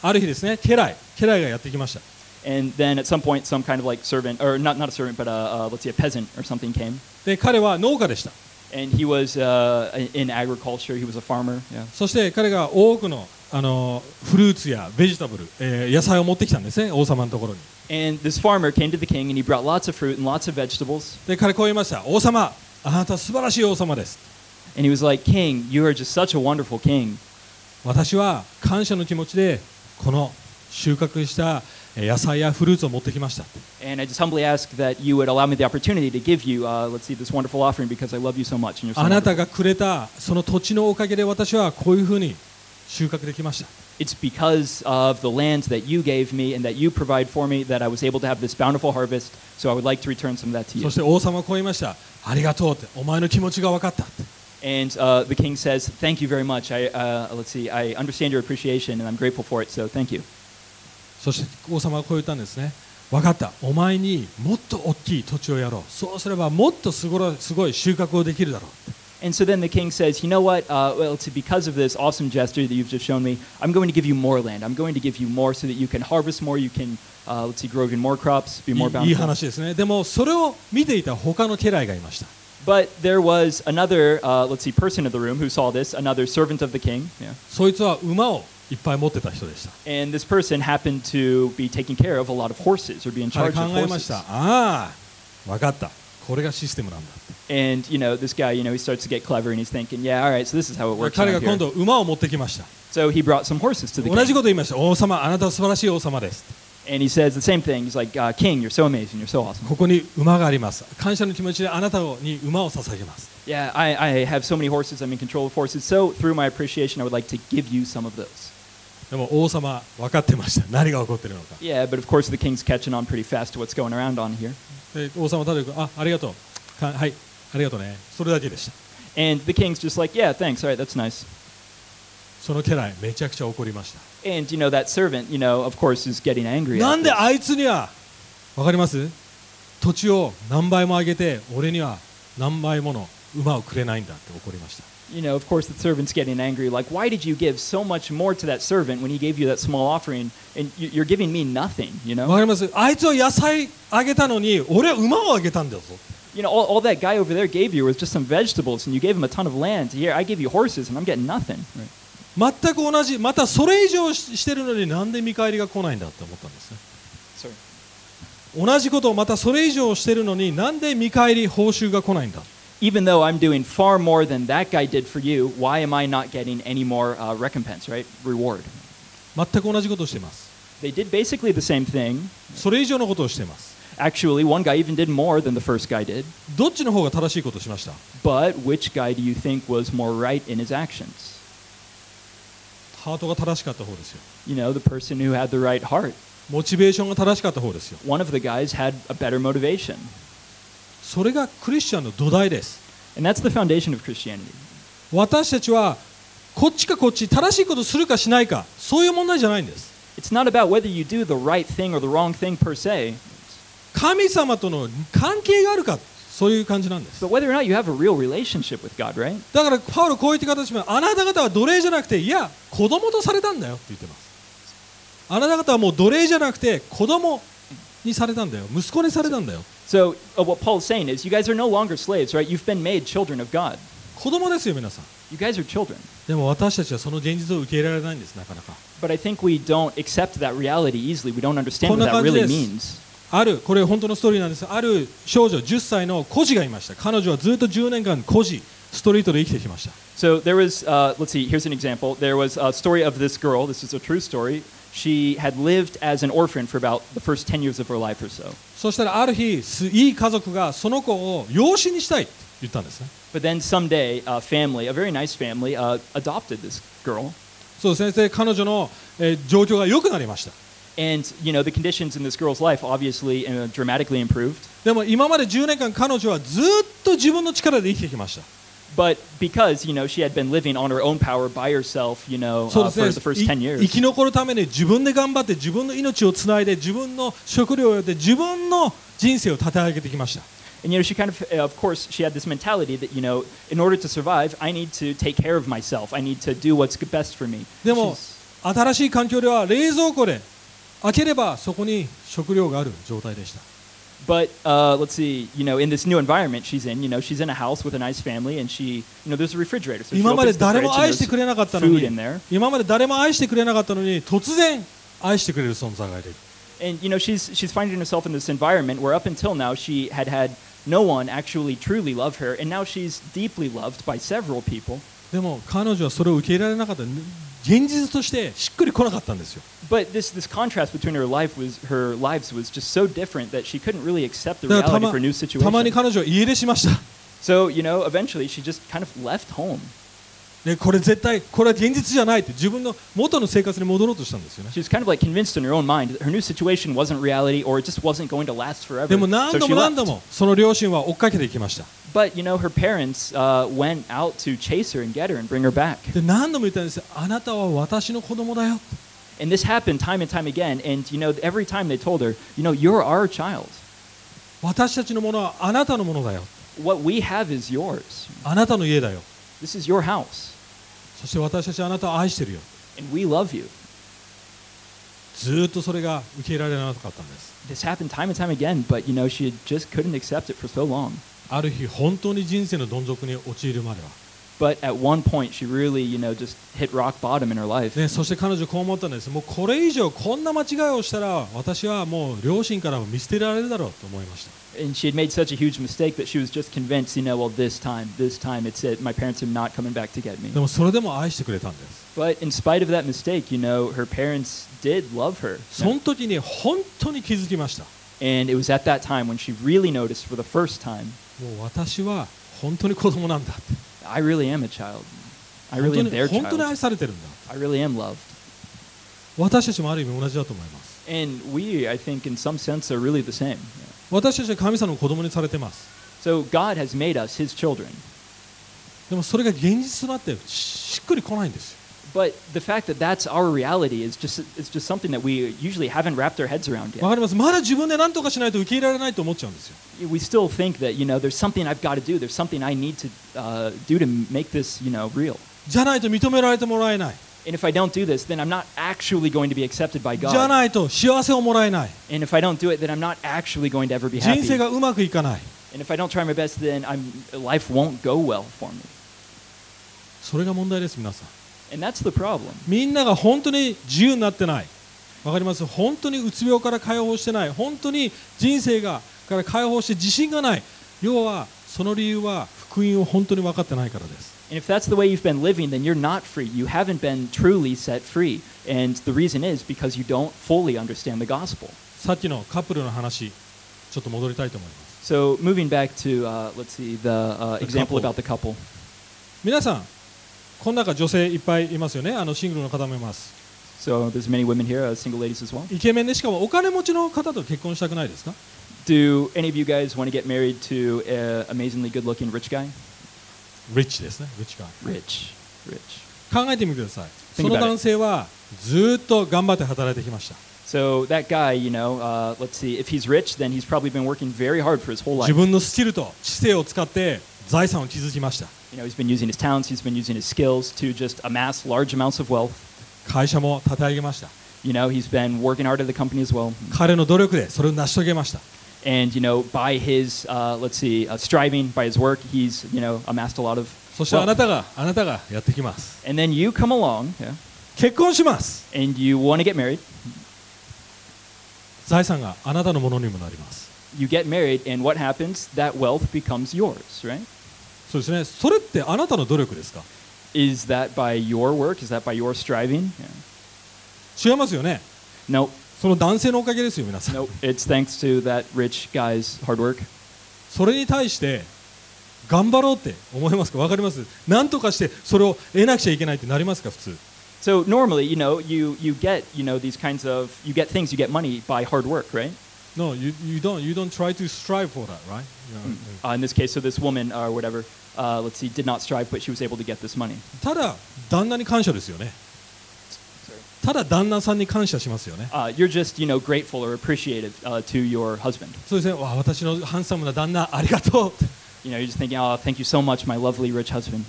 [SPEAKER 1] ある日ですね家来家来がやってきました
[SPEAKER 2] and then at some point, some kind of like servant, or not not a servant, but a, uh, let's see, a peasant or something came,
[SPEAKER 1] で彼は農家でした
[SPEAKER 2] and he was uh, in- in agriculture. He was a farmer. Yeah.
[SPEAKER 1] そして彼が多くのあのフルーツやベジタブル、えー野菜を持ってきたんですね王様のところに
[SPEAKER 2] And this farmer came to the king, and he brought lots of fruit and lots of vegetables.
[SPEAKER 1] で彼こう言いました王様あなた素晴らしい王様です
[SPEAKER 2] And he was like, "King, you are just such a wonderful king.
[SPEAKER 1] 私は感謝の気持ちでこの収穫したえー野菜やフルーツを持ってきました
[SPEAKER 2] And I just humbly ask that you would allow me the opportunity to give you, uh, let's see, this wonderful offering because I love you so much and you're so
[SPEAKER 1] あなた
[SPEAKER 2] wonderful.
[SPEAKER 1] がくれたその土地のおかげで私はこういうふうに収穫できました
[SPEAKER 2] It's because of the land that you gave me and that you provide for me that I was able to have this bountiful harvest. So I would like to return some of that to
[SPEAKER 1] そ
[SPEAKER 2] you."
[SPEAKER 1] して王様はこう言いましたありがとうってお前の気持ちが分かったって
[SPEAKER 2] And uh, the king says, "Thank you very much. I uh, let's see, I understand your appreciation and I'm grateful for it. So thank you."
[SPEAKER 1] そして王様はこう言ったんですね分かったお前にもっと大きい土地をやろうそうすればもっとすごろすごい収穫をできるだろう
[SPEAKER 2] And so then the king says, "You know what? Uh, well, it's because of this awesome gesture that you've just shown me, I'm going to give you more land. I'm going to give you more so that you can harvest more. You can uh, let's see, grow even more crops, be more
[SPEAKER 1] いいい
[SPEAKER 2] bountiful."
[SPEAKER 1] 話ですねでもそれを見ていた他の家来がいました
[SPEAKER 2] But there was another uh, let's see, person in the room who saw this, another servant of the king, yeah.
[SPEAKER 1] そいつは馬をいっぱい持ってた人でし
[SPEAKER 2] and this person happened to be taking care of a lot of horses or be in
[SPEAKER 1] た彼
[SPEAKER 2] charge
[SPEAKER 1] 考
[SPEAKER 2] of
[SPEAKER 1] えまし
[SPEAKER 2] horses.
[SPEAKER 1] たああ分かったこれがシステムなんだ
[SPEAKER 2] And you know, this guy, you know, he starts to get clever and he's thinking, "Yeah, all right, so this is how it
[SPEAKER 1] って
[SPEAKER 2] works."
[SPEAKER 1] 彼が
[SPEAKER 2] around
[SPEAKER 1] 今
[SPEAKER 2] here."
[SPEAKER 1] 度馬を持ってきました
[SPEAKER 2] So he brought some horses to the
[SPEAKER 1] 同じこ
[SPEAKER 2] king,
[SPEAKER 1] と言いました王様あなたは素晴らしい王様です
[SPEAKER 2] and he says the same thing. He's like, uh, "King, you're so amazing. You're so awesome."
[SPEAKER 1] ここに馬があります感謝の気持ちであなたに馬を捧げます
[SPEAKER 2] Yeah, I, I have so many horses. I'm in control of horses. So through my appreciation, I would like to give you some of those.
[SPEAKER 1] でも王様分かってました何が起こってるのか
[SPEAKER 2] Yeah, but of course the king's catching on pretty fast to what's going around on here.
[SPEAKER 1] で王様ただあありがとうかはいありがとうねそれだけでした
[SPEAKER 2] And the king's just like, yeah, thanks. All right, that's nice.
[SPEAKER 1] その家来めちゃくちゃ怒りました
[SPEAKER 2] And you know that servant, you know, of course, is getting angry. at
[SPEAKER 1] なんで
[SPEAKER 2] this.
[SPEAKER 1] あいつには分かります土地を何倍も上げて俺には何倍もの馬をくれないんだって怒りました
[SPEAKER 2] you know, of course, the servant's getting angry. Like, why did you give so much more to that servant when he gave you that small offering, and you- you're giving me nothing? You
[SPEAKER 1] 分
[SPEAKER 2] know,
[SPEAKER 1] かりますあいつは野菜あげたのに俺は馬をあげたんだぞ
[SPEAKER 2] you know, all, all that guy over there gave you was just some vegetables, and you gave him a ton of land. Here, I give you horses, and I'm getting nothing.
[SPEAKER 1] 全く同じまたそれ以上ししてるのになんで見返りが来ないんだって思ったんですね
[SPEAKER 2] Sorry.
[SPEAKER 1] 同じことをまたそれ以上してるのになんで見返り報酬が来ないんだ
[SPEAKER 2] Even though I'm doing far more than that guy did for you, why am I not getting any more uh, recompense, right? Reward.
[SPEAKER 1] 全く同じことをしています
[SPEAKER 2] They did basically the same thing.
[SPEAKER 1] それ以上のことをしています
[SPEAKER 2] Actually, one guy even did more than the first guy did.
[SPEAKER 1] どっちの方が正しいことをしました
[SPEAKER 2] But which guy do you think was more right in his actions?
[SPEAKER 1] ハートが正しかった方ですよ
[SPEAKER 2] You know, the person who had the right heart.
[SPEAKER 1] モチベーションが正しかった方ですよ
[SPEAKER 2] One of the guys had a better motivation.
[SPEAKER 1] それがクリスチャンの土台です
[SPEAKER 2] And that's the foundation of Christianity.
[SPEAKER 1] 私たちはこっちかこっち正しいことするかしないかそういう問題じゃないんです
[SPEAKER 2] It's not about whether you do the right thing or the wrong thing per se,
[SPEAKER 1] 神様との関係があるかそういう感じなんです
[SPEAKER 2] but whether or not you have a real relationship with God, right?
[SPEAKER 1] だからパウロこう言って形もあなた方は奴隷じゃなくていや子供とされたんだよって言ってますあなた方はもう奴隷じゃなくて子供にされたんだよ息子にされたんだよ
[SPEAKER 2] So, uh, what Paul's saying is, you guys are no longer slaves, right? You've been made children of God.
[SPEAKER 1] 子供ですよ皆さん
[SPEAKER 2] You guys are children.
[SPEAKER 1] でも私たちはその現実を受け入れられないんですなかなか
[SPEAKER 2] But I think we don't accept that reality easily. We don't understand what that
[SPEAKER 1] こんな感じです。
[SPEAKER 2] really means.
[SPEAKER 1] あるこれ本当のストーリーなんですある少女10歳の孤児がいました彼女はずっと10年間孤児ストリートで生きてきました
[SPEAKER 2] So there was, uh, let's see, here's an example. There was a story of this girl. This is a true story. she had lived as an orphan for about the first 10 years of her life or so.
[SPEAKER 1] そしたらある日すいい家族がその子を養子にしたいって言ったんですね
[SPEAKER 2] But then someday, a family, a very nice family, uh, adopted this girl.
[SPEAKER 1] そう先生彼女の、えー状況が良くなりました
[SPEAKER 2] And, you know, the conditions in this girl's life obviously uh, dramatically improved.
[SPEAKER 1] でも今まで10年間彼女はずっと自分の力で生きてきました
[SPEAKER 2] But because, you know, she had been living on her own power by herself, you know,
[SPEAKER 1] そう
[SPEAKER 2] uh,
[SPEAKER 1] で
[SPEAKER 2] for
[SPEAKER 1] すね
[SPEAKER 2] the first 10
[SPEAKER 1] い生
[SPEAKER 2] years,
[SPEAKER 1] き残るために自分で頑張って自分の命をつないで自分の食料をやって自分の人生を立て上げてきました
[SPEAKER 2] and, you know, she kind of, uh, of course, she had this mentality that, you know, in order to survive, I need to take care of myself. I need to do what's g- best for me.
[SPEAKER 1] でも
[SPEAKER 2] She's-
[SPEAKER 1] 新しい環境では冷蔵庫で開ければそこに食料がある状態でした
[SPEAKER 2] But uh, let's see, you know, in this new environment she's in, you know, she's in a house with a nice family, and she, you know, there's a refrigerator. So she
[SPEAKER 1] 今まで
[SPEAKER 2] opens the
[SPEAKER 1] 誰
[SPEAKER 2] fridge
[SPEAKER 1] も
[SPEAKER 2] and
[SPEAKER 1] 愛してくれなかっ
[SPEAKER 2] there's
[SPEAKER 1] たのに
[SPEAKER 2] food in there.
[SPEAKER 1] 今まで誰も愛してくれなかったのに突然愛してくれる存在がいる
[SPEAKER 2] And you know, she's she's finding herself in this environment where up until now she had had no one actually truly love her, and now she's deeply loved by several people.
[SPEAKER 1] でも彼女はそれを受け入れられなかった現実としてしっくりこなかったんですよ
[SPEAKER 2] But this this contrast between her life was her lives was just so different that she couldn't really accept the
[SPEAKER 1] だからた
[SPEAKER 2] reality
[SPEAKER 1] ま
[SPEAKER 2] of her new
[SPEAKER 1] たまに
[SPEAKER 2] situation.
[SPEAKER 1] 彼女は家出しました
[SPEAKER 2] So you know, eventually she just kind of left home.
[SPEAKER 1] でこれ絶対これは現実じゃないって自分の元の生活に戻ろうとしたんですよね
[SPEAKER 2] She was kind of like convinced in her own mind that her new situation wasn't reality or it just wasn't going to last forever.
[SPEAKER 1] でも何
[SPEAKER 2] so
[SPEAKER 1] 度
[SPEAKER 2] she
[SPEAKER 1] も何
[SPEAKER 2] left.
[SPEAKER 1] 度もその両親は追っかけていきました
[SPEAKER 2] But you know, her parents uh, went out to chase her and get her and bring her back.
[SPEAKER 1] で何度も言ったんですよあなたは私の子供だよ
[SPEAKER 2] And this happened time and time again. And you know, every time they told her, you know, you're our child.
[SPEAKER 1] 私たちのものはあなたのものだよ
[SPEAKER 2] What we have is yours.
[SPEAKER 1] あなたの家だよ
[SPEAKER 2] This is your house,
[SPEAKER 1] そして私たちはあなたを愛してるよ
[SPEAKER 2] and we love you.
[SPEAKER 1] ずーっとそれが受け入れられなかったんです
[SPEAKER 2] This happened time and time again. But you know, she just couldn't accept it for so long.
[SPEAKER 1] ある日本当に人生のどん底に陥るまでは
[SPEAKER 2] But at one point, she really, you know, just hit rock bottom in her life.
[SPEAKER 1] ね、そして彼女こう思ったんですもうこれ以上こんな間違いをしたら私はもう両親からも見捨てられるだろうと思いました
[SPEAKER 2] And she had made such a huge mistake that she was just convinced, you know, well, this time, this time, it's it. My parents are not coming back to get me.
[SPEAKER 1] でもそれでも愛してくれたんです
[SPEAKER 2] But in spite of that mistake, you know, her parents did love her.
[SPEAKER 1] その時に本当に気づきました
[SPEAKER 2] And it was at that time when she really noticed for the first time,
[SPEAKER 1] もう私は本当に子供なんだって
[SPEAKER 2] I really am a child. I
[SPEAKER 1] 本当
[SPEAKER 2] really am their
[SPEAKER 1] に本当に愛
[SPEAKER 2] child.
[SPEAKER 1] されてるんだ
[SPEAKER 2] I really am loved.
[SPEAKER 1] 私たちもある意味同じだと思います
[SPEAKER 2] And we, I think, in some sense, are really the same.
[SPEAKER 1] 私たちは神様の子供にされてます
[SPEAKER 2] So God has made us his children.
[SPEAKER 1] でもそれが現実となってしっくりこないんですよ
[SPEAKER 2] But the fact that that's our reality is just, it's just something that we usually haven't wrapped our heads around
[SPEAKER 1] わ
[SPEAKER 2] yet.
[SPEAKER 1] かりますまだ自分で何とかしないと受け入れられないと思っちゃうんですよ
[SPEAKER 2] We still think that, you know, there's something I've got to do. There's something I need to uh, do to make this, you know, real.
[SPEAKER 1] じゃないと認められてもらえない
[SPEAKER 2] And if I don't do this, then I'm not actually going to be accepted by
[SPEAKER 1] じゃ
[SPEAKER 2] God.
[SPEAKER 1] ないと幸せをもらえない
[SPEAKER 2] And if I don't do it, then I'm not actually going to ever be
[SPEAKER 1] 人
[SPEAKER 2] happy.
[SPEAKER 1] 生がうまくいかない
[SPEAKER 2] And if I don't try my best, then I'm, life won't go well for me.
[SPEAKER 1] それが問題です皆さん
[SPEAKER 2] And that's the problem.
[SPEAKER 1] みんなが本当に自由になってないわかります本当にうつ病から解放してない本当に人生がから解放して自信がない要はその理由は福音を本当に分かってないからです
[SPEAKER 2] And if that's the way you've been living, then you're not free. You haven't been truly set free. And the reason is because you don't fully understand the gospel.
[SPEAKER 1] さっきのカップルの話ちょっと戻りたいと思います
[SPEAKER 2] So moving back to, uh, let's see, the uh,
[SPEAKER 1] The couple.
[SPEAKER 2] example about the couple.
[SPEAKER 1] 皆さんこの中女性いっぱいいますよねあのシングルの方もいます
[SPEAKER 2] So there's many women here, uh, single ladies as well.
[SPEAKER 1] イケメンでしかもお金持ちの方と結婚したくないですか
[SPEAKER 2] Do any of you guys want to get married to an amazingly good-looking rich guy?
[SPEAKER 1] リッチですねリッチが
[SPEAKER 2] Rich, rich.
[SPEAKER 1] 考えてみてくださいそ
[SPEAKER 2] Think about
[SPEAKER 1] の
[SPEAKER 2] it.
[SPEAKER 1] 男性はずーっと頑張って働いてきました
[SPEAKER 2] So that guy, you know, uh, let's see, if he's rich, then he's probably been working very hard for his whole life.
[SPEAKER 1] 自分のスキルと知性を使って財産を築きました
[SPEAKER 2] You know, he's been using his talents, he's been using his skills to just amass large amounts of wealth.
[SPEAKER 1] 会社も立て上げました
[SPEAKER 2] You know, he's been working hard at the company as well.
[SPEAKER 1] 彼の努力でそれを成し遂げました
[SPEAKER 2] And, you know, by his, uh, let's see, uh, striving, by his work, he's, you know, amassed a lot of
[SPEAKER 1] そしてあな
[SPEAKER 2] wealth.
[SPEAKER 1] たがあなたがやってきます
[SPEAKER 2] And then you come along, yeah,
[SPEAKER 1] 結婚します
[SPEAKER 2] and you want to get married.
[SPEAKER 1] 財産があなたのものにもなります
[SPEAKER 2] You get married, and what happens? That wealth becomes yours, right?
[SPEAKER 1] そうですねそれってあなたの努力ですか
[SPEAKER 2] Is that by your work? Is that by your striving? Yeah.
[SPEAKER 1] 違いますよね
[SPEAKER 2] Nope.
[SPEAKER 1] その男性のおかげですよ皆さん
[SPEAKER 2] Nope. It's thanks to that rich guy's hard work.
[SPEAKER 1] それに対して頑張ろうって思いますか分かりますなんとかしてそれを得なくちゃいけないってなりますか普通
[SPEAKER 2] So normally, you know, you, you get, you know, these kinds of, you get things, you get money by hard work, right?
[SPEAKER 1] No, you, you don't you don't try to strive for that, right? You know,
[SPEAKER 2] Uh, in this case, so this woman or whatever, uh, let's see, did not strive, but she was able to get this money.
[SPEAKER 1] ただ旦那に感謝ですよねただ旦那さんに感謝しますよね
[SPEAKER 2] Uh, you're just, you know, grateful or appreciative uh, to your husband.
[SPEAKER 1] そうですねわあ私のハンサムな旦那ありがとう [laughs]
[SPEAKER 2] You know, you're just thinking, oh, thank you so much, my lovely rich husband.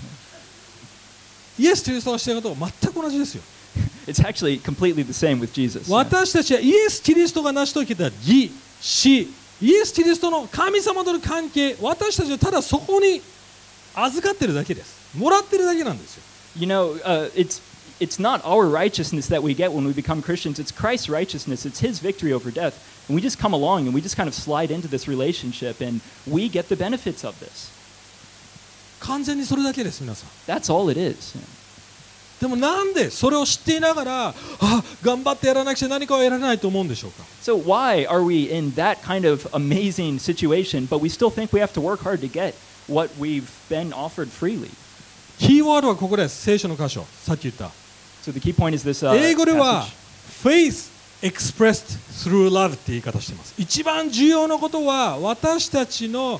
[SPEAKER 1] イエス・キリストがしていることは全く同じですよ
[SPEAKER 2] It's actually completely the same with Jesus.
[SPEAKER 1] 私たちはイエス・キリストが成し遂げた義、死、イエス・キリストの神様との関係、私たちはただそこに預かってるだけです。もらってるだけなんですよ。
[SPEAKER 2] You know, uh, it's, it's not our righteousness that we get when we become Christians. It's Christ's righteousness. It's his victory over death. And we just come along and we just kind of slide into this relationship and we get the benefits of this.
[SPEAKER 1] 完全にそれだけです、皆さん。
[SPEAKER 2] That's all it is.
[SPEAKER 1] でもなんでそれを知っていながら、あ頑張ってやらなくちゃ何かを得られないと思うんでしょうか。
[SPEAKER 2] So why are we in that kind of amazing situation, but we still think we have to work hard to get what we've been offered freely?
[SPEAKER 1] キーワードはここです、聖書の箇所、さっき言った。
[SPEAKER 2] So the key point is this. Uh,
[SPEAKER 1] 英語では
[SPEAKER 2] passage.
[SPEAKER 1] Faith expressed through love って言い方してます一番重要なことは私たちの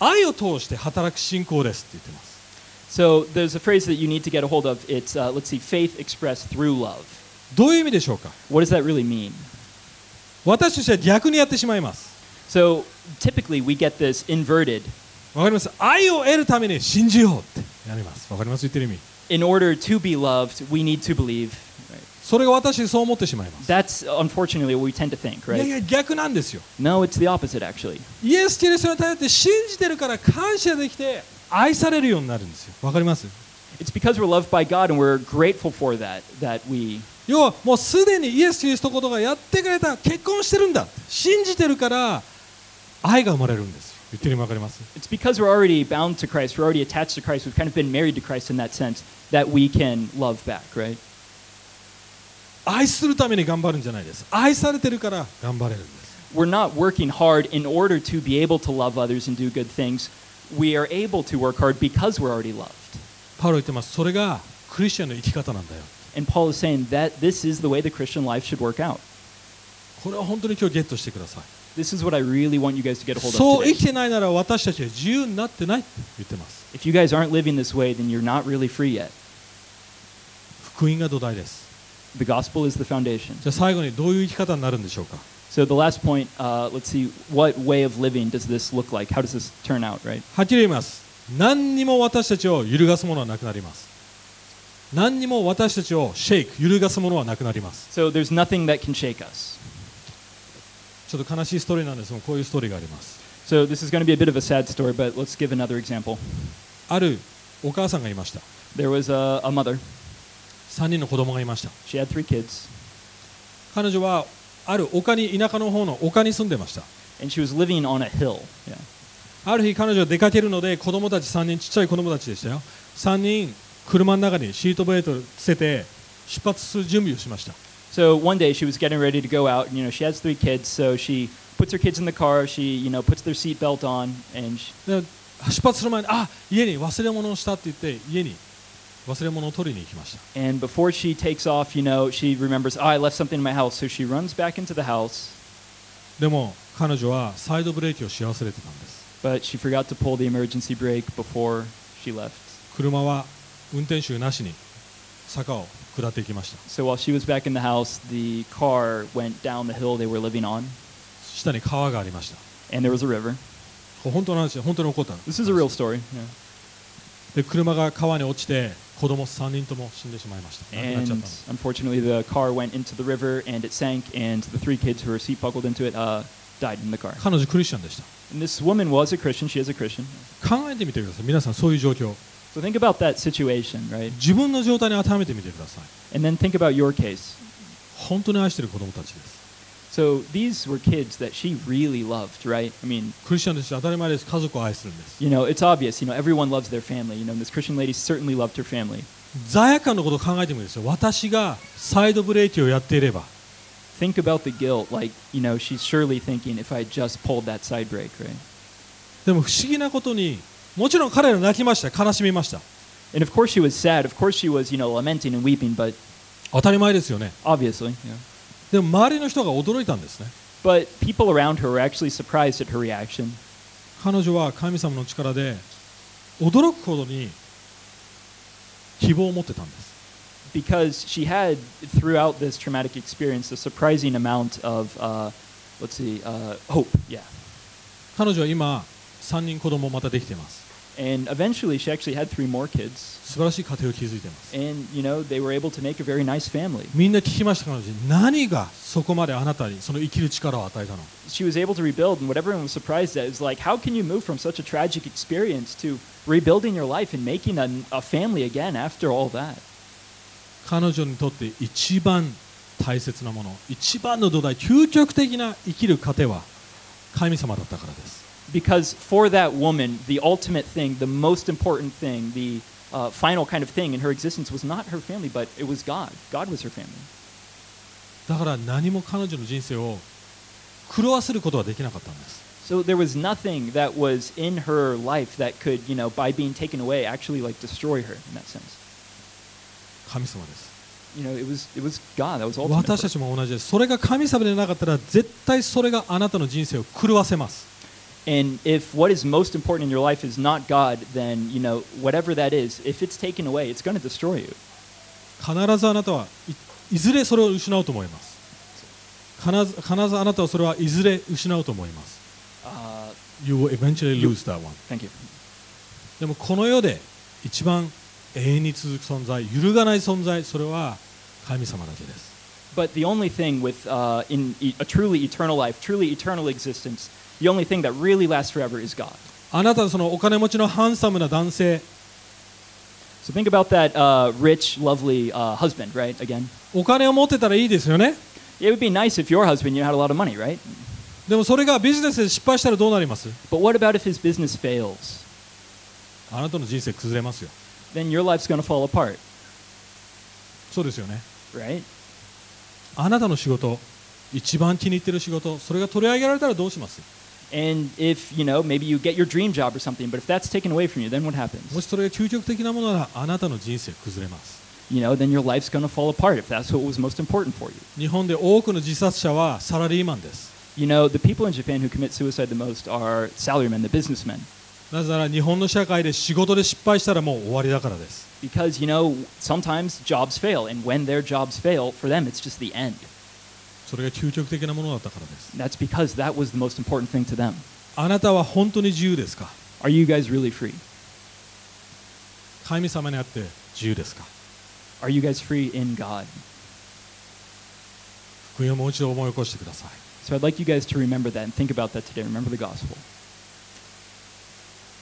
[SPEAKER 1] 愛を通して働く信仰ですって言ってます
[SPEAKER 2] So there's a phrase that you need to get a hold of. It's uh, let's see, faith expressed through love.
[SPEAKER 1] どういう意味でしょうか
[SPEAKER 2] What does that really mean?
[SPEAKER 1] 私たちは逆にやってしまいます
[SPEAKER 2] So typically we get this inverted.
[SPEAKER 1] わかります愛を得るために信じようってやりますわかります言ってる意味
[SPEAKER 2] In order to be loved, we need to believe. Right.
[SPEAKER 1] それが私そう思ってしまいます、
[SPEAKER 2] That's unfortunately what we tend to think,
[SPEAKER 1] いや
[SPEAKER 2] right?
[SPEAKER 1] いや逆なんですよ
[SPEAKER 2] No, it's the opposite actually.
[SPEAKER 1] イエス・キリストに頼って信じてるから感謝できて愛されるようになるんですよわかります
[SPEAKER 2] It's because we're loved by God and we're grateful for that that we
[SPEAKER 1] 要はもうすでにイエス・キリストのことがやってくれた結婚してるんだ信じてるから愛が生まれるんですよ言ってる意味わかります
[SPEAKER 2] It's because we're already bound to Christ, we're already attached to Christ, we've kind of been married to Christ in that sense, that we can love back, right?
[SPEAKER 1] 愛するために頑張るんじゃないです愛されてるから頑張れるんです
[SPEAKER 2] We're not working hard in order to be able to love others and do good things. We are able to work hard because we're already loved.
[SPEAKER 1] パウロ言ってますそれがクリスチャンの生き方なんだよ
[SPEAKER 2] And Paul is saying that this is the way the Christian life should work out.
[SPEAKER 1] これは本当に今日ゲットしてください
[SPEAKER 2] This is what I really want you guys to get a hold
[SPEAKER 1] そう
[SPEAKER 2] of
[SPEAKER 1] 生き
[SPEAKER 2] today.
[SPEAKER 1] てないなら私たちは自由になってないって言ってます
[SPEAKER 2] If you guys aren't living this way, then you're not really free yet.
[SPEAKER 1] 福音が土台です
[SPEAKER 2] The gospel is the foundation.
[SPEAKER 1] じゃあ最後にどういう生き方になるんでしょうか
[SPEAKER 2] So the last point, uh, let's see, what way of living does this look like? How does this turn out, right?
[SPEAKER 1] はっきり言います何にも私たちを揺るがすものはなくなります何にも私たちをシェイク揺るがすものはなくなります
[SPEAKER 2] So there's nothing that can shake us.
[SPEAKER 1] ちょっと悲しいストーリーなんですがこういうストーリーがあります
[SPEAKER 2] So this is going to be a bit of a sad story, but let's give another example.
[SPEAKER 1] あるお母さんがいました
[SPEAKER 2] There was a, a mother.
[SPEAKER 1] 3人の子供がいました
[SPEAKER 2] She had three kids,
[SPEAKER 1] 彼女はある丘に田舎の方の丘に住んでました
[SPEAKER 2] and she was living on a hill. Yeah.
[SPEAKER 1] ある日彼女は出かけるので子供たち3人ちっちゃい子供たちでしたよ3人車の中にシートベルトをつけて出発する準備をしました
[SPEAKER 2] So one day she was getting ready to go out, and you know she has three kids, so she puts her kids in the car. She you know puts their seatbelt on, and she,
[SPEAKER 1] で出発する前にあ家に忘れ物をしたって言って家に忘れ物を取りに行きました
[SPEAKER 2] and before she takes off, you know she remembers, oh, I left something in my house, so she runs back into the house,
[SPEAKER 1] でも彼女はサイドブレーキをし忘れてたんです
[SPEAKER 2] but she forgot to pull the emergency brake before she left.
[SPEAKER 1] 車は運転手なしに坂を下っていきました
[SPEAKER 2] So while she was back in the house, the car went down the hill they were living on,
[SPEAKER 1] 下に川がありました
[SPEAKER 2] and there was a river.
[SPEAKER 1] これ本当の話で本当に起こった
[SPEAKER 2] This is a real story. yeah.
[SPEAKER 1] で車が川に落ちて子供3人とも死んでしまいました亡くなっちゃったん
[SPEAKER 2] And
[SPEAKER 1] です
[SPEAKER 2] unfortunately, the car went into the river and it sank, and the three kids who were seat buckled into it uh, died in the car.
[SPEAKER 1] 彼女クリスチャンでした
[SPEAKER 2] And this woman was a Christian. She is a Christian.
[SPEAKER 1] 考えてみてください皆さんそういう状況
[SPEAKER 2] So think about that situation, right?
[SPEAKER 1] 自分の状態に当てはめてみてください
[SPEAKER 2] And then think about your case.
[SPEAKER 1] 本当に愛してる子供たちです
[SPEAKER 2] So these were kids that she really loved, right? I mean,
[SPEAKER 1] クリスチャンとして当たり前です家族を愛するんです
[SPEAKER 2] you know, it's obvious. You know, everyone loves their family. You know, and this Christian lady certainly loved her family.
[SPEAKER 1] 罪悪感のことを考えてもいいですよ私がサイドブレーキをやっていれば
[SPEAKER 2] Think about the guilt. Like, you know, she's surely thinking, if I just pulled that side brake, right?
[SPEAKER 1] でも不思議なことにもちろん彼ら泣きました悲しみました
[SPEAKER 2] And of course she was sad. Of course she was, you know, lamenting and weeping, but
[SPEAKER 1] 当たり前ですよね
[SPEAKER 2] obviously. Yeah.
[SPEAKER 1] でも周りの人が驚いたんですね
[SPEAKER 2] But people around her were actually surprised at her reaction.
[SPEAKER 1] 彼女は神様の力で驚くほどに希望を持ってたんです
[SPEAKER 2] because she had throughout this traumatic experience a surprising amount of uh, let's see uh, hope yeah
[SPEAKER 1] 彼女は今3人子供をまたできています
[SPEAKER 2] and eventually she actually had three more kids
[SPEAKER 1] 素晴らしい家庭を築いています
[SPEAKER 2] and you know they were able to make a very nice family
[SPEAKER 1] みんな聞きました彼女に何がそこまであなたにその生きる力を与えたの
[SPEAKER 2] she was able to rebuild and what everyone was surprised at is like how can you move from such a tragic experience to rebuilding your life and making a, a family again after all that
[SPEAKER 1] 彼女にとって一番大切なもの一番の土台究極的な生きる糧は神様だったからです
[SPEAKER 2] because for that woman the ultimate thing the most important thing the uh, final kind of thing in her existence was not her family but it was god god was her family
[SPEAKER 1] だから何も彼女の人生を狂わせることはできなかったんです
[SPEAKER 2] So there was nothing that was in her life that could, you know, by being taken away, actually like destroy her in that sense.
[SPEAKER 1] 神様です
[SPEAKER 2] You know, it was it was God that was ultimate.
[SPEAKER 1] 私たちも同じですそれが神様でなかったら絶対それがあなたの人生を狂わせます
[SPEAKER 2] And if what is most important in your life is not God, then you know whatever that is, if it's taken away, it's going to destroy you.
[SPEAKER 1] 必ずあなたはいいずれそれを失うと思います必ず必ずあなたはそれはいずれ失うと思います
[SPEAKER 2] Uh,
[SPEAKER 1] You will eventually lose that one
[SPEAKER 2] thank you.
[SPEAKER 1] でもこの世で一番永遠に続く存在揺るがない存在それは神様だけです
[SPEAKER 2] But the only thing with uh, in e- a truly eternal life, truly eternal existence, the only thing that really lasts forever is God.
[SPEAKER 1] あなたのそのお金持ちのハンサムな男性
[SPEAKER 2] So think about that uh, rich, lovely uh, husband, right? Again,
[SPEAKER 1] お金を持ってたらいいですよね
[SPEAKER 2] it would be nice if your husband you know, had a lot of money, right?
[SPEAKER 1] でもそれがビジネスで失敗したらどうなります
[SPEAKER 2] But what about if his business fails?
[SPEAKER 1] あなたの人生崩れますよ
[SPEAKER 2] Then your life's going to fall apart,
[SPEAKER 1] そうですよね
[SPEAKER 2] right?
[SPEAKER 1] あなたの仕事一番気に入ってる仕事それが取り上げられたらどうします
[SPEAKER 2] And if, you know, maybe you get your dream job or something, but if that's taken away from you, then
[SPEAKER 1] も
[SPEAKER 2] what
[SPEAKER 1] し
[SPEAKER 2] happens?
[SPEAKER 1] それが究極的なものならあなたの人生崩れます
[SPEAKER 2] You know, then your life's going to fall apart if that's what was most important for you.
[SPEAKER 1] 日本で多くの自殺者はサラリーマンです
[SPEAKER 2] You know, the people in Japan who commit suicide the most are salarymen, the businessmen.
[SPEAKER 1] なぜなら日本の社会で仕事で失敗したらもう終わりだからです
[SPEAKER 2] Because, you know, sometimes jobs fail, and when their jobs fail, for them, it's just the end.
[SPEAKER 1] それが究極的なものだったからです
[SPEAKER 2] That's because that was the most important thing to them.
[SPEAKER 1] あなたは本当に自由ですか
[SPEAKER 2] Are you guys really free?
[SPEAKER 1] 神様にあって自由ですか
[SPEAKER 2] Are you guys free in God?
[SPEAKER 1] 福音をもう一度思い起こしてください
[SPEAKER 2] So I'd like you guys to remember that and think about that today. Remember the gospel.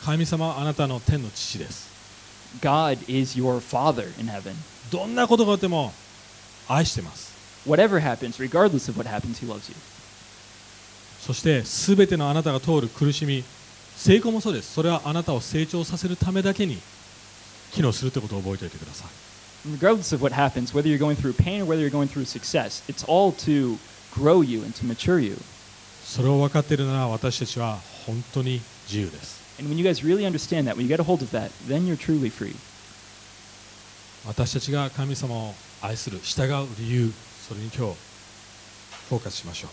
[SPEAKER 1] 神様はあなたの天の父です
[SPEAKER 2] God is your Father in heaven.
[SPEAKER 1] どんなことがあっても愛してます
[SPEAKER 2] Whatever happens, regardless of what happens, He loves you.
[SPEAKER 1] そして全てのあなたが通る苦しみ成功もそうですそれはあなたを成長させるためだけに機能するってことを覚えておいてください
[SPEAKER 2] And regardless of what happens, whether you're going through pain or whether you're going through success, it's all to grow you and to mature you.
[SPEAKER 1] それを分かっているなら私たちは本当に自由です
[SPEAKER 2] And when you guys really understand that, when you get a hold of that, then you're truly free.
[SPEAKER 1] 私たちが神様を愛する従う理由それに今日フォーカスしましょう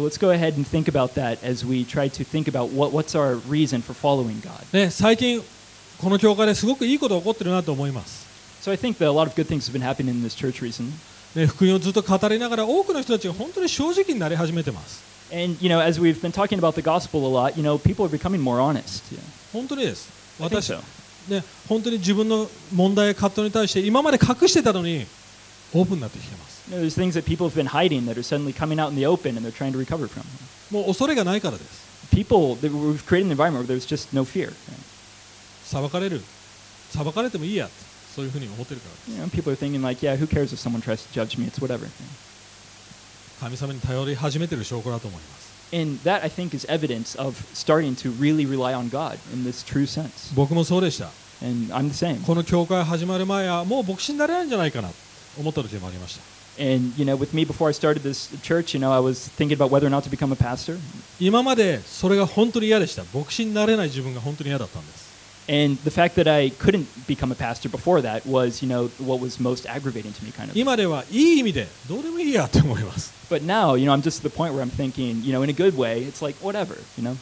[SPEAKER 2] So let's go ahead and think about that as we try to think about what, what's our reason for following God.
[SPEAKER 1] ね、最近この教会ですごくいいことが起こってるなと思います、
[SPEAKER 2] So I think that a lot of good things have been happening in this church recently.
[SPEAKER 1] ね、福音をずっと語りながら多くの人たちが本当に正直になり始めてます、
[SPEAKER 2] And, you know, as we've been talking about the gospel a lot, you know, people are becoming more honest. Yeah.
[SPEAKER 1] 本当にです、
[SPEAKER 2] I think
[SPEAKER 1] 私
[SPEAKER 2] so.、
[SPEAKER 1] ね、本当に自分の問題や葛藤に対して今まで隠してたのにオープンになってきてます、
[SPEAKER 2] You know, there's things that people have been hiding that are suddenly coming out in the open and they're trying to recover from.
[SPEAKER 1] もう恐れがないからです、
[SPEAKER 2] People, that we've created an environment where there's just no fear. right?
[SPEAKER 1] 裁かれる、裁かれてもいいやって、そういうふうに思ってるから、
[SPEAKER 2] You know, people are thinking like, yeah, who cares if someone tries to judge me? It's whatever.
[SPEAKER 1] 神様に頼り始めてる証拠だと思います、
[SPEAKER 2] And that I think is evidence of starting to really rely on God in this true sense.
[SPEAKER 1] 僕もそうでした、
[SPEAKER 2] And I'm the same.
[SPEAKER 1] この教会始まる前はもう牧師になれないんじゃないかなと思った時もありました
[SPEAKER 2] And you know, with me before I started this church, you know, I was thinking about whether or not to become a pastor.
[SPEAKER 1] 今までそれが本当に嫌でした牧師になれない自分が本当に嫌だったんです
[SPEAKER 2] And the fact that I couldn't become a pastor before that was, you know, what was most aggravating to me, kind of.
[SPEAKER 1] 今ではいい意味でどうでもいいやって思います
[SPEAKER 2] But now, you know, I'm just at the point where I'm thinking, you know, in a good way, it's like whatever, you know.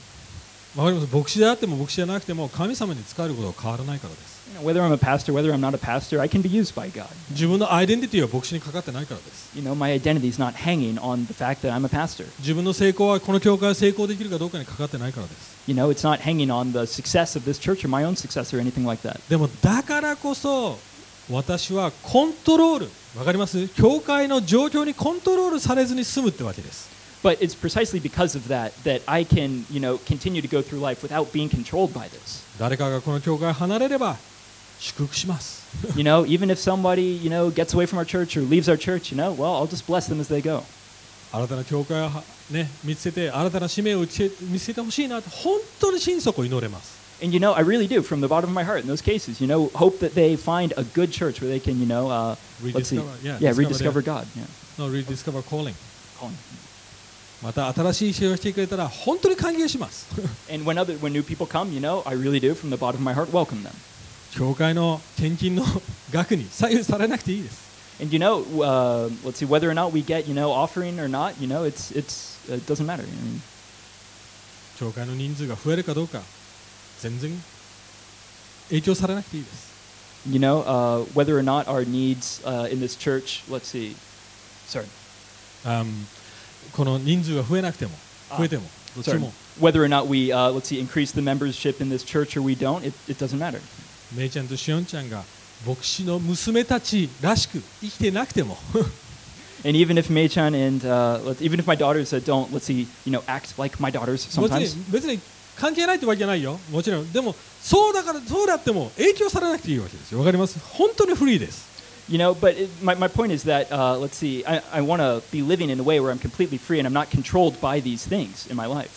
[SPEAKER 1] わかります牧師であっても牧師じゃなくても神様に仕えることは変わらないからです
[SPEAKER 2] You know, whether I'm a pastor, whether I'm not a pastor, I can be used by God.
[SPEAKER 1] 自分のアイデンティティは牧師にかかってないからです
[SPEAKER 2] You know, my identity is not hanging on the fact that I'm a pastor.
[SPEAKER 1] 自分の成功はこの教会を成功できるかどうかにかかってないからです
[SPEAKER 2] You know, it's not hanging on the success of this church or my own success or anything like that.
[SPEAKER 1] でもだからこそ私はコントロールわかります教会の状況にコントロールされずに済むってわけです
[SPEAKER 2] But it's precisely because of that that I can, you know, continue to go through life without being controlled by
[SPEAKER 1] [laughs]
[SPEAKER 2] this.
[SPEAKER 1] 誰かがこの教会を離れれば祝福します
[SPEAKER 2] you know, even if somebody, you know, gets away from our church or leaves our church, you know, well, I'll just bless them as they go.
[SPEAKER 1] 新たな教会をは、ね、見つけて新たな使命を打ち見つけてほしいなと本当に心底祈れます
[SPEAKER 2] And you know, I really do, from the bottom of my heart, in those cases, you know, hope that they find a good church where they can, you know, uh, let's see,
[SPEAKER 1] Rediscover, yeah,
[SPEAKER 2] yeah,
[SPEAKER 1] discover
[SPEAKER 2] rediscover
[SPEAKER 1] their-
[SPEAKER 2] God. Yeah.
[SPEAKER 1] No, rediscover calling
[SPEAKER 2] Calling.
[SPEAKER 1] また新しい使命をしてくれたら本当に歓迎します [laughs]
[SPEAKER 2] And when other, when new people come, you know, I really do, from the bottom of my heart, welcome them.
[SPEAKER 1] 教会の献金の額に左右されなくていいです
[SPEAKER 2] And you know, uh, let's see, whether or not we get, you know, offering or not, you know, it's it's it doesn't matter. I mean,
[SPEAKER 1] 教会の人数が増えるかどうか全然影響されなくていいです
[SPEAKER 2] you know, uh, whether or not our needs uh, in this church, let's see, sorry,
[SPEAKER 1] あんこの人数が増えなくても増えてもどっち
[SPEAKER 2] Sorry.
[SPEAKER 1] も
[SPEAKER 2] Whether or not we, uh, let's see, increase the membership in this church or we don't, it, it doesn't matter.
[SPEAKER 1] めいちゃんとしおんちゃんが牧師の娘たちらしく生きてなくても
[SPEAKER 2] And even if Mei-chan and uh, let's, even if my daughters uh, don't, let's see, you know, act like my daughters
[SPEAKER 1] 別
[SPEAKER 2] sometimes.
[SPEAKER 1] に別に関係ないってわけじゃないよもちろんでもそうだからそうであっても影響されなくていいわけですよわかります本当にフリーです
[SPEAKER 2] You know, but it, my, my point is that, uh, let's see, I, I want to be living in a way where I'm completely free and I'm not controlled by these things in my life.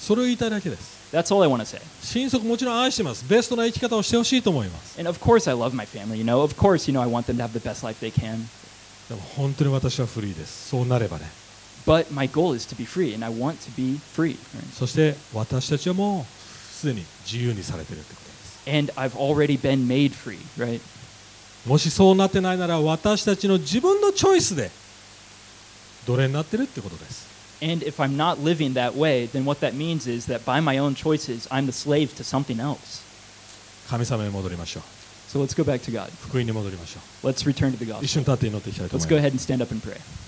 [SPEAKER 1] それを言いたいだけです
[SPEAKER 2] That's all I want to say.
[SPEAKER 1] 心底もちろん愛してますベストな生き方をしてほしいと思います
[SPEAKER 2] And of course I love my family, you know. Of course, you know, I want them to have the best life they can.
[SPEAKER 1] でも本当に私はフリーですそうなればね
[SPEAKER 2] But my goal is to be free and I want to be free. right?
[SPEAKER 1] そして私たちはもうすでに自由にされてるってことです
[SPEAKER 2] And I've already been made free, right?
[SPEAKER 1] もしそうなってないなら私たちの自分のチョイスで奴隷になってるってことです
[SPEAKER 2] And if I'm not living that way, then what that means is that by my own choices, I'm the slave to something else.
[SPEAKER 1] 神様に戻りましょう
[SPEAKER 2] So let's go back to God.
[SPEAKER 1] 福音に戻りましょ
[SPEAKER 2] Let's return to the
[SPEAKER 1] う一緒に立
[SPEAKER 2] gospel.
[SPEAKER 1] って祈っていきたいと思
[SPEAKER 2] Let's
[SPEAKER 1] い
[SPEAKER 2] go
[SPEAKER 1] ます
[SPEAKER 2] ahead and stand up and pray.